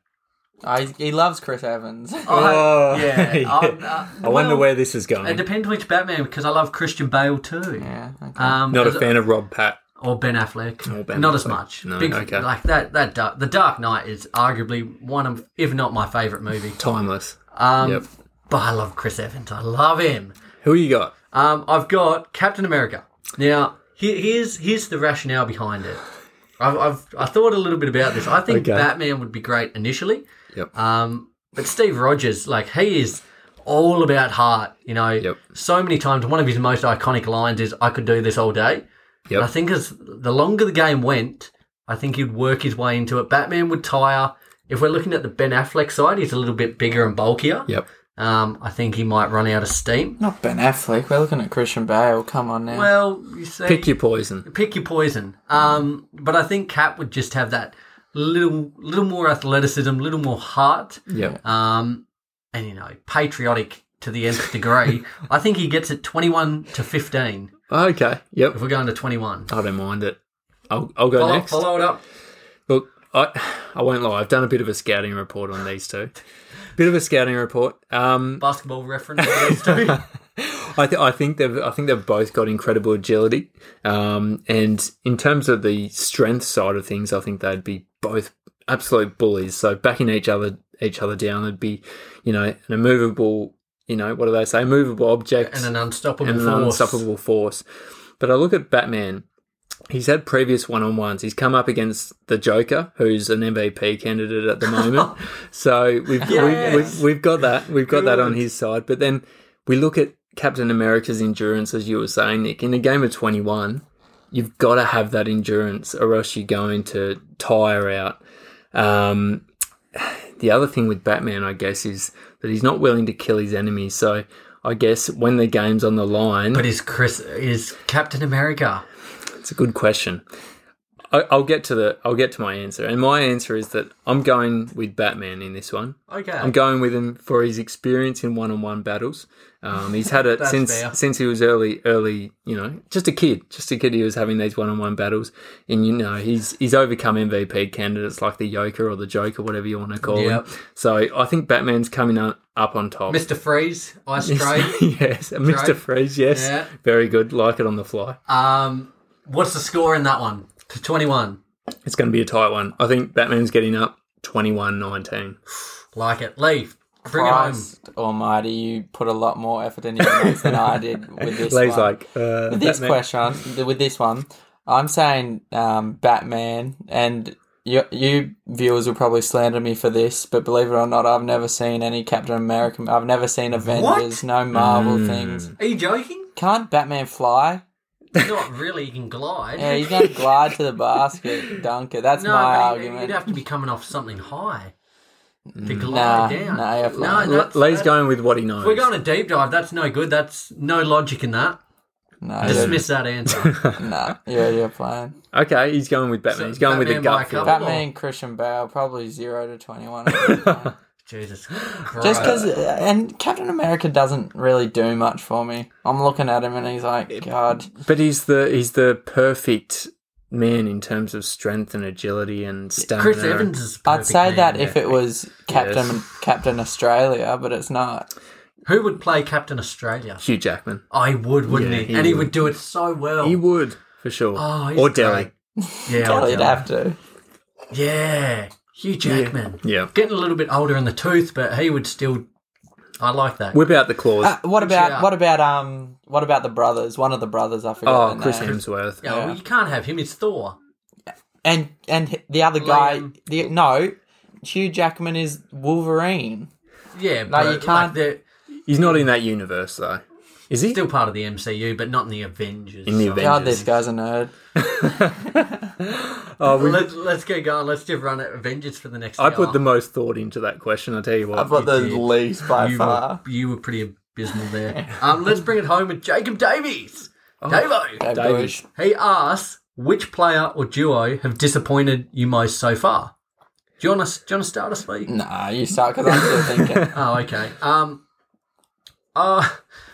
[SPEAKER 3] Oh, he, he loves Chris Evans.
[SPEAKER 2] I-
[SPEAKER 4] Oh,
[SPEAKER 2] yeah.
[SPEAKER 4] yeah.
[SPEAKER 2] I'm, uh,
[SPEAKER 4] I wonder
[SPEAKER 2] well,
[SPEAKER 4] where this is
[SPEAKER 2] It
[SPEAKER 4] going.
[SPEAKER 2] depends which Batman because I love Christian Bale too.
[SPEAKER 3] yeah. Okay.
[SPEAKER 2] Um,
[SPEAKER 4] Not a
[SPEAKER 2] as-
[SPEAKER 4] fan of Rob Pat.
[SPEAKER 2] or Ben Affleck.
[SPEAKER 4] Or Ben
[SPEAKER 2] Not as
[SPEAKER 4] Affleck.
[SPEAKER 2] much.
[SPEAKER 4] No,
[SPEAKER 2] Big,
[SPEAKER 4] okay.
[SPEAKER 2] Like that. That dark, the Dark Knight is arguably one of, if not my favourite movie.
[SPEAKER 4] Timeless.
[SPEAKER 2] Um,
[SPEAKER 4] Yep.
[SPEAKER 2] But I love Chris Evans. I love him.
[SPEAKER 4] Who you got?
[SPEAKER 2] Um, I've got Captain America. Now, here, here's here's the rationale behind it. I've, I've I thought a little bit about this. I think
[SPEAKER 4] Okay.
[SPEAKER 2] Batman would be great initially.
[SPEAKER 4] Yep.
[SPEAKER 2] Um, but Steve Rogers, like he is all about heart. You know,
[SPEAKER 4] Yep.
[SPEAKER 2] so many times one of his most iconic lines is, "I could do this all day."
[SPEAKER 4] Yep.
[SPEAKER 2] And I think as the longer the game went, I think he'd work his way into it. Batman would tire. If we're looking at the Ben Affleck side, he's a little bit bigger and bulkier.
[SPEAKER 4] Yep.
[SPEAKER 2] Um, I think he might run out of steam.
[SPEAKER 3] Not Ben Affleck. We're looking at Christian Bale. Come on now.
[SPEAKER 2] Well, you see,
[SPEAKER 4] Pick your poison.
[SPEAKER 2] pick your poison. Um, but I think Cap would just have that little, little more athleticism, little more heart,
[SPEAKER 4] Yep.
[SPEAKER 2] um, and you know, patriotic to the nth degree. I think he gets it twenty-one to fifteen.
[SPEAKER 4] Okay. Yep.
[SPEAKER 2] If we're going to twenty-one,
[SPEAKER 4] I don't mind it. I'll, I'll go
[SPEAKER 2] follow,
[SPEAKER 4] next.
[SPEAKER 2] follow it up.
[SPEAKER 4] Look, I I won't lie. I've done a bit of a scouting report on these two. Bit of a scouting report. Um,
[SPEAKER 2] Basketball reference. for those two.
[SPEAKER 4] I, th- I think they've I think they've both got incredible agility. Um, and in terms of the strength side of things, I think they'd be both absolute bullies. So backing each other each other down, it'd be you know an immovable you know what do they say? Immovable object
[SPEAKER 2] and an unstoppable
[SPEAKER 4] and an
[SPEAKER 2] force.
[SPEAKER 4] unstoppable force. But I look at Batman. He's had previous one on ones. He's come up against the Joker, who's an MVP candidate at the moment. so we've,
[SPEAKER 2] Yes.
[SPEAKER 4] we've, we've we've got that. We've got that on
[SPEAKER 2] Good.
[SPEAKER 4] his side. But then we look at Captain America's endurance, as you were saying, Nick. In a game of twenty one, you've got to have that endurance, or else you're going to tire out. Um, the other thing with Batman, I guess, is that he's not willing to kill his enemies. So I guess when the game's on the line,
[SPEAKER 2] But is Chris is Captain America?
[SPEAKER 4] it's a good question. I, I'll get to the I'll get to my answer, and my answer is that I'm going with Batman in this one.
[SPEAKER 2] Okay.
[SPEAKER 4] I'm going with him for his experience in one-on-one battles. Um, he's had it
[SPEAKER 2] That's
[SPEAKER 4] since
[SPEAKER 2] fair.
[SPEAKER 4] since he was early, early. You know, just a kid, just a kid. He was having these one-on-one battles, and you know, he's he's overcome MVP candidates like the Joker or the Joker, whatever you want to call
[SPEAKER 2] Yep.
[SPEAKER 4] him. So I think Batman's coming on, up on top.
[SPEAKER 2] Mr. Freeze, Ice Trade.
[SPEAKER 4] yes, Mr. Freeze. Yes,
[SPEAKER 2] Yeah.
[SPEAKER 4] very good. Like it on the fly.
[SPEAKER 2] Um, what's the score in that one? To 21.
[SPEAKER 4] It's going to be a tight one. I think Batman's getting up 21-19.
[SPEAKER 2] Like it. Leave. Bring it
[SPEAKER 3] Christ Almighty, you put a lot more effort into your notes than I did with this.
[SPEAKER 4] Lee's
[SPEAKER 3] one.
[SPEAKER 4] like, uh,
[SPEAKER 3] with this
[SPEAKER 4] Batman-
[SPEAKER 3] question, with this one, I'm saying um, Batman, and you, you viewers will probably slander me for this, but believe it or not, I've never seen any Captain America. I've never seen Avengers, no Marvel things.
[SPEAKER 2] home. Are you joking?
[SPEAKER 3] Can't Batman fly?
[SPEAKER 2] Not really. You can glide.
[SPEAKER 3] Yeah, he's going to glide to the basket, dunk it. That's
[SPEAKER 2] no,
[SPEAKER 3] my
[SPEAKER 2] but you-
[SPEAKER 3] argument.
[SPEAKER 2] you'd have to be coming off something high to
[SPEAKER 3] Nah,
[SPEAKER 2] glide down.
[SPEAKER 3] nah, you're
[SPEAKER 2] no,
[SPEAKER 3] flying.
[SPEAKER 2] that's,
[SPEAKER 4] Lee's
[SPEAKER 2] that's-
[SPEAKER 4] going with what he knows.
[SPEAKER 2] If we're going a deep dive, that's no good. That's no logic in that.
[SPEAKER 3] no, you're,
[SPEAKER 2] Dismiss that answer.
[SPEAKER 3] no, you're, you're playing.
[SPEAKER 4] okay, he's going with Batman.
[SPEAKER 2] So
[SPEAKER 4] he's going with
[SPEAKER 2] Batman
[SPEAKER 4] the
[SPEAKER 2] by a
[SPEAKER 4] gut feel.
[SPEAKER 2] couple?
[SPEAKER 3] Batman, Christian Bale, probably 0 to 21.
[SPEAKER 2] Jesus.
[SPEAKER 3] Just
[SPEAKER 2] Christ.
[SPEAKER 3] because, uh, and Captain America doesn't really do much for me. I'm looking at him and he's like, God,
[SPEAKER 4] But he's the he's the perfect man in terms of strength and agility and stamina.
[SPEAKER 2] Chris Evans is.
[SPEAKER 3] I'd
[SPEAKER 2] perfect
[SPEAKER 3] say
[SPEAKER 2] man.
[SPEAKER 3] that if it was Captain Captain Australia, but it's not.
[SPEAKER 2] Who would play Captain Australia?
[SPEAKER 4] Hugh Jackman.
[SPEAKER 2] I would, wouldn't
[SPEAKER 4] Yeah,
[SPEAKER 2] he?
[SPEAKER 4] he
[SPEAKER 2] And he
[SPEAKER 4] would.
[SPEAKER 2] would do it so well.
[SPEAKER 4] He would for sure.
[SPEAKER 2] Oh, he's
[SPEAKER 4] or Delhi.
[SPEAKER 2] Yeah,
[SPEAKER 3] Well,
[SPEAKER 2] I'd
[SPEAKER 3] you'd
[SPEAKER 2] tell
[SPEAKER 3] have to.
[SPEAKER 2] him. yeah. Hugh Jackman.
[SPEAKER 4] Yeah.
[SPEAKER 2] Getting a little bit older in the tooth, but he would still. I like that.
[SPEAKER 4] Whip out the claws.
[SPEAKER 3] Uh, what
[SPEAKER 2] shout.
[SPEAKER 3] about what about um what about the brothers? One of the brothers, I forgot.
[SPEAKER 4] oh,
[SPEAKER 3] the
[SPEAKER 4] Chris
[SPEAKER 3] name.
[SPEAKER 4] Hemsworth.
[SPEAKER 2] yeah, well, you can't have him. It's Thor.
[SPEAKER 3] and and the other guy.
[SPEAKER 2] Liam.
[SPEAKER 3] The, no, Hugh Jackman is Wolverine.
[SPEAKER 2] Yeah, but
[SPEAKER 3] you
[SPEAKER 2] like,
[SPEAKER 3] can't-
[SPEAKER 2] they're
[SPEAKER 4] He's not in that universe though. Is he?
[SPEAKER 2] still part of the MCU, but not in the Avengers.
[SPEAKER 4] In the
[SPEAKER 2] so-
[SPEAKER 4] Avengers.
[SPEAKER 3] God, this guy's a nerd.
[SPEAKER 4] oh, we,
[SPEAKER 2] Let's, let's get going. Let's just run at Avengers for the next.
[SPEAKER 4] I put
[SPEAKER 2] hour.
[SPEAKER 4] the most thought into that question. I tell you what.
[SPEAKER 3] I've got the
[SPEAKER 2] did.
[SPEAKER 3] least by
[SPEAKER 2] you
[SPEAKER 3] far.
[SPEAKER 2] Were, you were pretty abysmal there. Um, let's bring it home with Jacob Davies.
[SPEAKER 3] Oh.
[SPEAKER 2] Davo.
[SPEAKER 3] Dave
[SPEAKER 4] Davies.
[SPEAKER 3] Deutsch.
[SPEAKER 2] He asks, which player or duo have disappointed you most so far? Do you want to, do you want to start us, Lee?
[SPEAKER 3] Nah, you start because I'm still thinking.
[SPEAKER 2] Oh, okay. Um, uh,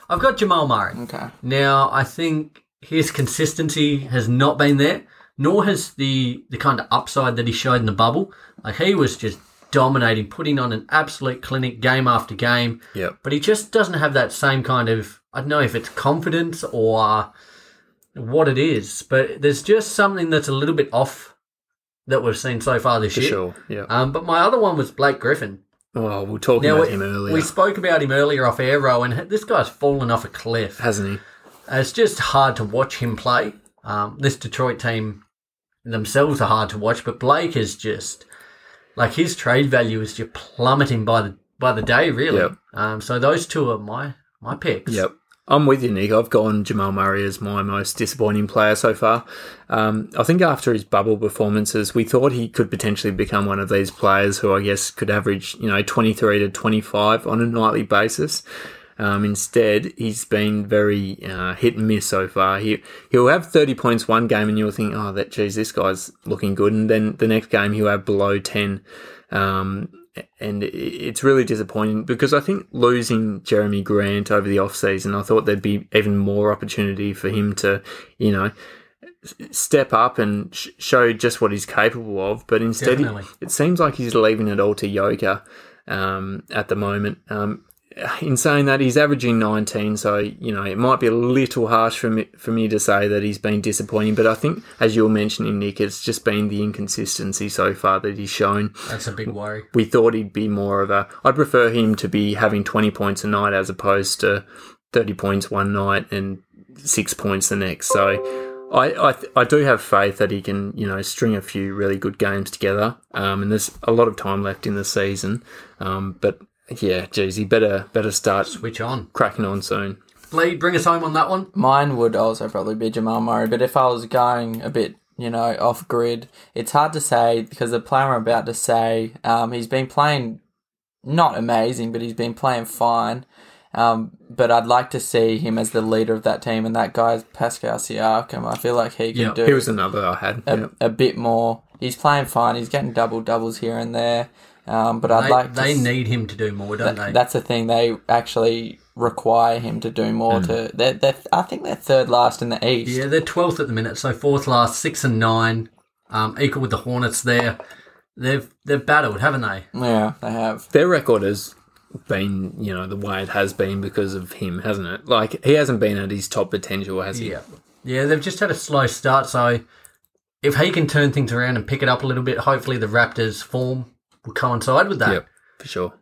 [SPEAKER 2] I've got Jamal Murray.
[SPEAKER 3] Okay.
[SPEAKER 2] Now, I think his consistency has not been there, nor has the, the kind of upside that he showed in the bubble. Like, he was just dominating, putting on an absolute clinic game after game,
[SPEAKER 4] Yep.
[SPEAKER 2] but he just doesn't have that same kind of, I don't know if it's confidence or what it is, but there's just something that's a little bit off that we've seen so far this
[SPEAKER 4] For
[SPEAKER 2] year.
[SPEAKER 4] sure. Yeah.
[SPEAKER 2] Um, but my other one was Blake Griffin.
[SPEAKER 4] well, we will talk
[SPEAKER 2] Now,
[SPEAKER 4] about
[SPEAKER 2] we,
[SPEAKER 4] him earlier,
[SPEAKER 2] we spoke about him earlier off air, row, and this guy's fallen off a cliff.
[SPEAKER 4] hasn't he?
[SPEAKER 2] It's just hard to watch him play. Um, this Detroit team themselves are hard to watch, but Blake is just like his trade value is just plummeting by the by the day, really.
[SPEAKER 4] Yep.
[SPEAKER 2] Um, so those two are my my picks.
[SPEAKER 4] Yep. I'm with you, Nick. I've gone Jamal Murray as my most disappointing player so far. Um, I think after his bubble performances, we thought he could potentially become one of these players who I guess could average, you know, 23 to 25 on a nightly basis. Um, instead, he's been very uh, hit and miss so far. He he'll have 30 points one game, and you'll think, oh, that geez, this guy's looking good. And then the next game, he'll have below 10. Um, and it- it's really disappointing because I think losing Jeremy Grant over the offseason, I thought there'd be even more opportunity for him to, you know, s- step up and sh- show just what he's capable of. But instead,
[SPEAKER 2] Definitely.
[SPEAKER 4] it seems like he's leaving it all to Yoga um, at the moment. Um, in saying that, he's averaging 19, so you know it might be a little harsh for me for me to say that he's been disappointing. But I think, as you were mentioning, Nick, it's just been the inconsistency so far that he's shown
[SPEAKER 2] that's a big worry.
[SPEAKER 4] we thought he'd be more of a. I'd prefer him to be having 20 points a night as opposed to 30 points one night and six points the next. So I I, th- I do have faith that he can you know string a few really good games together. Um, and there's a lot of time left in the season. Um, but yeah, geez, he better better start
[SPEAKER 2] Switch on,
[SPEAKER 4] cracking on soon.
[SPEAKER 2] Lee. Bring us home on that one.
[SPEAKER 3] Mine would also probably be Jamal Murray, but if I was going a bit, you know, off grid, it's hard to say because the player I'm about to say, um, he's been playing not amazing, but he's been playing fine. Um, but I'd like to see him as the leader of that team, and that guy's Pascal Siakam. I feel like he can
[SPEAKER 2] Yeah,
[SPEAKER 3] do
[SPEAKER 4] He was another I had.
[SPEAKER 3] a,
[SPEAKER 4] yeah.
[SPEAKER 3] a bit more. He's playing fine. He's getting double doubles here and there. Um, but I'd
[SPEAKER 2] They,
[SPEAKER 3] like to
[SPEAKER 2] they
[SPEAKER 3] s-
[SPEAKER 2] need him to do more, don't they?
[SPEAKER 3] that's the thing. They actually require him to do more. To they're, they're, I think they're third last in the East.
[SPEAKER 2] Mm. Yeah, they're twelfth at the minute, so fourth last, six and nine, um, equal with the Hornets. There, they've they've battled, haven't they?
[SPEAKER 3] Yeah, they have.
[SPEAKER 4] their record has been, you know, the way it has been because of him, hasn't it? Like he hasn't been at his top potential, has he?
[SPEAKER 2] Yeah. Yeah, they've just had a slow start, so if he can turn things around and pick it up a little bit, hopefully the Raptors' form will coincide with that.
[SPEAKER 4] Yep, for sure.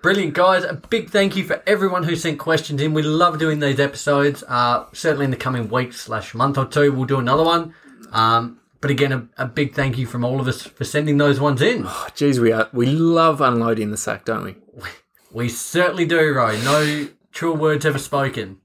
[SPEAKER 2] Brilliant, guys. A big thank you for everyone who sent questions in. We love doing these episodes. Uh, certainly in the coming week slash month or two, we'll do another one. Um, but again, a, a big thank you from all of us for sending those ones in.
[SPEAKER 4] Geez, we are we love unloading the sack, don't we?
[SPEAKER 2] We certainly do, Ro. No true words ever spoken.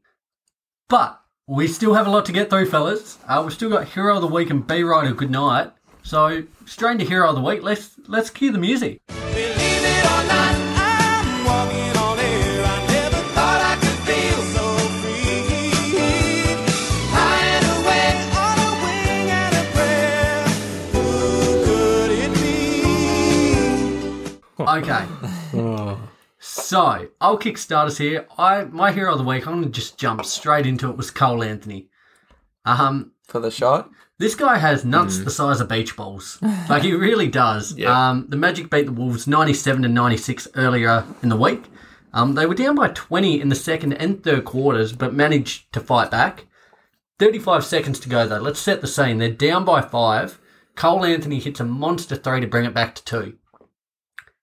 [SPEAKER 2] But we still have a lot to get through, fellas. Uh, we've still got Hero of the Week and B Rider Good Night. So, straight into Hero of the Week, let's let's cue the music.
[SPEAKER 1] Believe it or not, I'm walking on air. I never thought I could feel so free. High and away on a wing and a prayer. Who could it be?
[SPEAKER 2] Okay. Oh. so, I'll kick starters here. I my Hero of the Week, I'm going to just jump straight into it, was Cole Anthony. Um,
[SPEAKER 3] For the shot,
[SPEAKER 2] This guy has nuts the size of beach balls. Like he really does.
[SPEAKER 4] Yeah.
[SPEAKER 2] Um, the Magic beat the Wolves ninety-seven to ninety-six earlier in the week. Um, they were down by twenty in the second and third quarters, but managed to fight back. Thirty-five seconds to go though. Let's set the scene. They're down by five. Cole Anthony hits a monster three to bring it back to two.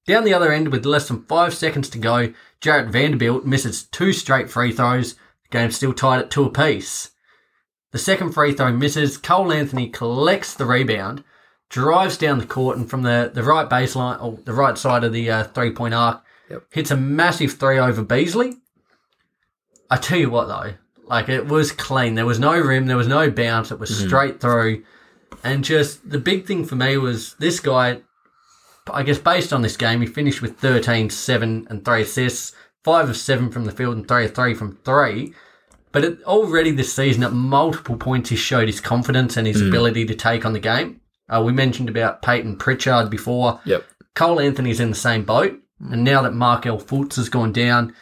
[SPEAKER 2] Down the other end with less than five seconds to go, Jarrett Vanderbilt misses two straight free throws. The game's still tied at two apiece. The second free throw misses. Cole Anthony collects the rebound, drives down the court, and from the, the right baseline or the right side of the uh, three point arc,
[SPEAKER 4] Yep.
[SPEAKER 2] hits a massive three over Beasley. I tell you what though, like it was clean. There was no rim, there was no bounce. It was straight through, and just the big thing for me was this guy. I guess based on this game, he finished with 13, 7, and 3 assists, five of seven from the field and three of three from three. But it, already this season, at multiple points, he showed his confidence and his ability to take on the game. Uh, we mentioned about Peyton Pritchard before.
[SPEAKER 4] Yep.
[SPEAKER 2] Cole Anthony's in the same boat,
[SPEAKER 4] Mm.
[SPEAKER 2] and now that Markel Fultz has gone down,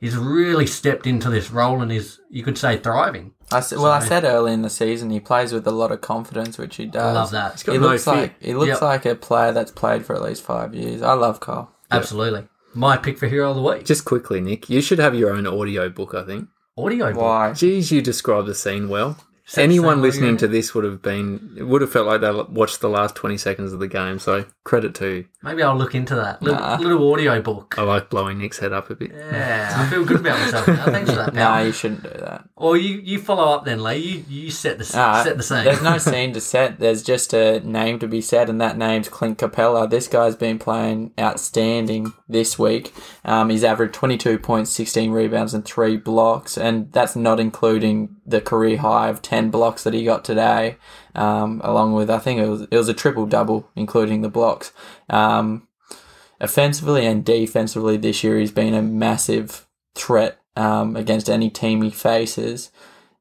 [SPEAKER 2] he's really stepped into this role and is, you could say, thriving.
[SPEAKER 3] I s- well, I said early in the season he plays with a lot of confidence, which he does.
[SPEAKER 2] love that. He's
[SPEAKER 4] got
[SPEAKER 3] he
[SPEAKER 4] no
[SPEAKER 3] looks
[SPEAKER 4] fear.
[SPEAKER 3] like he looks
[SPEAKER 2] Yep.
[SPEAKER 3] like a player that's played for at least five years. I love Cole.
[SPEAKER 2] Absolutely. My pick for hero of the week.
[SPEAKER 4] Just quickly, Nick, you should have your own audio book, I think.
[SPEAKER 2] Audio. book.
[SPEAKER 3] Why?
[SPEAKER 4] Geez, you describe the scene well.
[SPEAKER 2] the
[SPEAKER 4] Anyone
[SPEAKER 2] same
[SPEAKER 4] listening
[SPEAKER 2] audio?
[SPEAKER 4] to this would have been, it would have felt like they l- watched the last 20 seconds of the game. So credit to you.
[SPEAKER 2] Maybe I'll look into that. Little, little audio book.
[SPEAKER 4] I like blowing Nick's head up a bit.
[SPEAKER 2] Yeah, I feel good about myself now. Thanks for that, pal.
[SPEAKER 3] No, you shouldn't do that.
[SPEAKER 2] Or you, you follow up then, Lee. You you set the s
[SPEAKER 3] Nah,
[SPEAKER 2] set the scene.
[SPEAKER 3] Ah, There's no scene to set. There's just a name to be said, and that name's Clint Capella. This guy's been playing outstanding this week. Um, he's averaged 22 points, 16 rebounds, and three blocks, and that's not including the career high of 10 blocks that he got today, um, along with I think it was it was a triple double, including the blocks. Um, offensively and defensively this year, he's been a massive threat um, against any team he faces.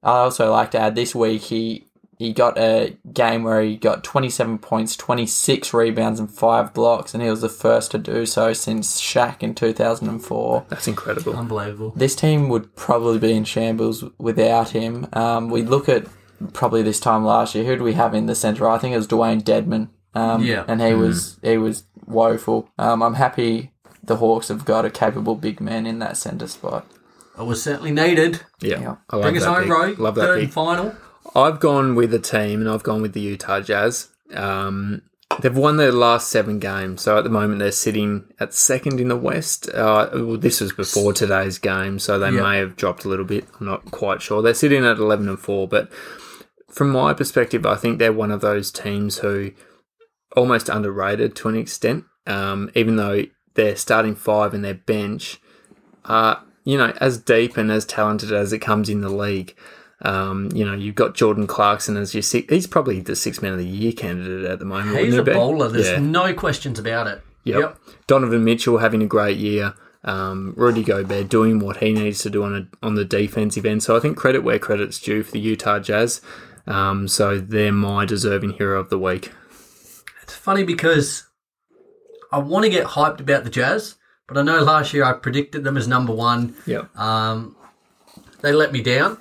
[SPEAKER 3] I also like to add this week he he got a game where he got 27 points, 26 rebounds, and five blocks, and he was the first to do so since Shaq in 2004.
[SPEAKER 4] That's
[SPEAKER 2] Oh,
[SPEAKER 4] incredible.
[SPEAKER 2] Unbelievable.
[SPEAKER 3] This team would probably be in shambles without him. Um, we look at probably this time last year. Who do we have in the center? I think it was Dwayne Dedman. Um,
[SPEAKER 2] Yeah.
[SPEAKER 3] and he was
[SPEAKER 4] Mm.
[SPEAKER 3] he was woeful. Um, I'm happy the Hawks have got a capable big man in that center spot.
[SPEAKER 2] It was certainly needed.
[SPEAKER 4] Yeah.
[SPEAKER 3] Yeah.
[SPEAKER 4] I like
[SPEAKER 2] Bring us
[SPEAKER 4] that
[SPEAKER 2] home,
[SPEAKER 4] pick.
[SPEAKER 2] Ro.
[SPEAKER 4] Love that
[SPEAKER 2] Third
[SPEAKER 4] pick.
[SPEAKER 2] and final.
[SPEAKER 4] I've gone with a team, and I've gone with the Utah Jazz. Um, they've won their last seven games, so at the moment they're sitting at second in the West. Uh, well, this was before today's game, so they
[SPEAKER 2] Yeah.
[SPEAKER 4] may have dropped a little bit. I'm not quite sure. They're sitting at eleven and four, but from my perspective, I think they're one of those teams who almost underrated to an extent. Um, even though their starting five and their bench are you know as deep and as talented as it comes in the league. Um, you know, you've got Jordan Clarkson as your six. He's probably the sixth man of the year candidate at the moment.
[SPEAKER 2] He's
[SPEAKER 4] wouldn't
[SPEAKER 2] a
[SPEAKER 4] he be?
[SPEAKER 2] bowler. There's
[SPEAKER 4] Yeah.
[SPEAKER 2] no questions about it.
[SPEAKER 4] Yep. Donovan Mitchell having a great year. Um, Rudy Gobert doing what he needs to do on a, on the defensive end. So I think credit where credit's due for the Utah Jazz. Um, so they're my deserving hero of the week.
[SPEAKER 2] It's funny because I want to get hyped about the Jazz, but I know last year I predicted them as number one.
[SPEAKER 4] Yep.
[SPEAKER 2] Um, they let me down.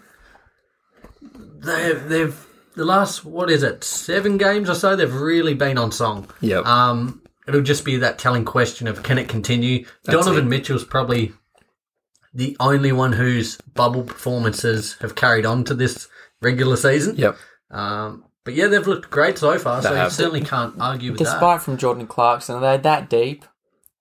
[SPEAKER 2] They've, they've the last what is it seven games or so they've really been on song.
[SPEAKER 4] Yep.
[SPEAKER 2] Um, it'll just be that telling question of can it continue? Donovan Mitchell's probably the only one whose bubble performances have carried on to this regular season.
[SPEAKER 4] yep.
[SPEAKER 2] Um, but yeah, they've looked great so far, so you
[SPEAKER 4] have.
[SPEAKER 2] certainly can't argue with
[SPEAKER 3] Despite from Jordan Clarkson, are they that deep?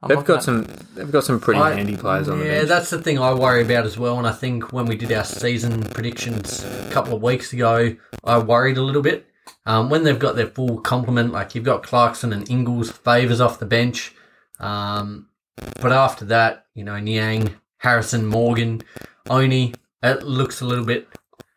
[SPEAKER 3] I'm
[SPEAKER 4] They've
[SPEAKER 3] looking
[SPEAKER 4] got
[SPEAKER 3] at-
[SPEAKER 4] some. They've got some pretty
[SPEAKER 2] that. I-
[SPEAKER 4] handy players on the
[SPEAKER 2] yeah,
[SPEAKER 4] bench.
[SPEAKER 2] that's the thing I worry about as well. And I think when we did our season predictions a couple of weeks ago, I worried a little bit. Um, when they've got their full complement, like you've got Clarkson and Ingles, favors off the bench. Um, but after that, you know, Niang, Harrison, Morgan, Oni, it looks a little bit.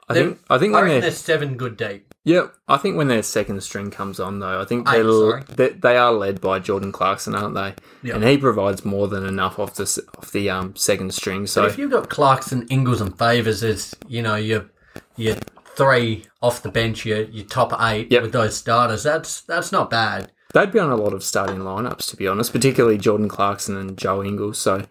[SPEAKER 4] I think. I think
[SPEAKER 2] I
[SPEAKER 4] when
[SPEAKER 2] reckon they're
[SPEAKER 4] they're
[SPEAKER 2] seven good deep.
[SPEAKER 4] Yeah, I think when their second string comes on, though, I think
[SPEAKER 2] Eight,
[SPEAKER 4] they're,
[SPEAKER 2] sorry.
[SPEAKER 4] they, they are led by Jordan Clarkson, aren't they?
[SPEAKER 2] Yeah.
[SPEAKER 4] And he provides more than enough off the s- off the um, second string. So
[SPEAKER 2] If you've got Clarkson, Ingles, and Favors as you know your your three off the bench, your your top eight
[SPEAKER 4] Yep.
[SPEAKER 2] with those starters, that's that's not bad.
[SPEAKER 4] they'd be on a lot of starting lineups, to be honest, particularly Jordan Clarkson and Joe Ingles. So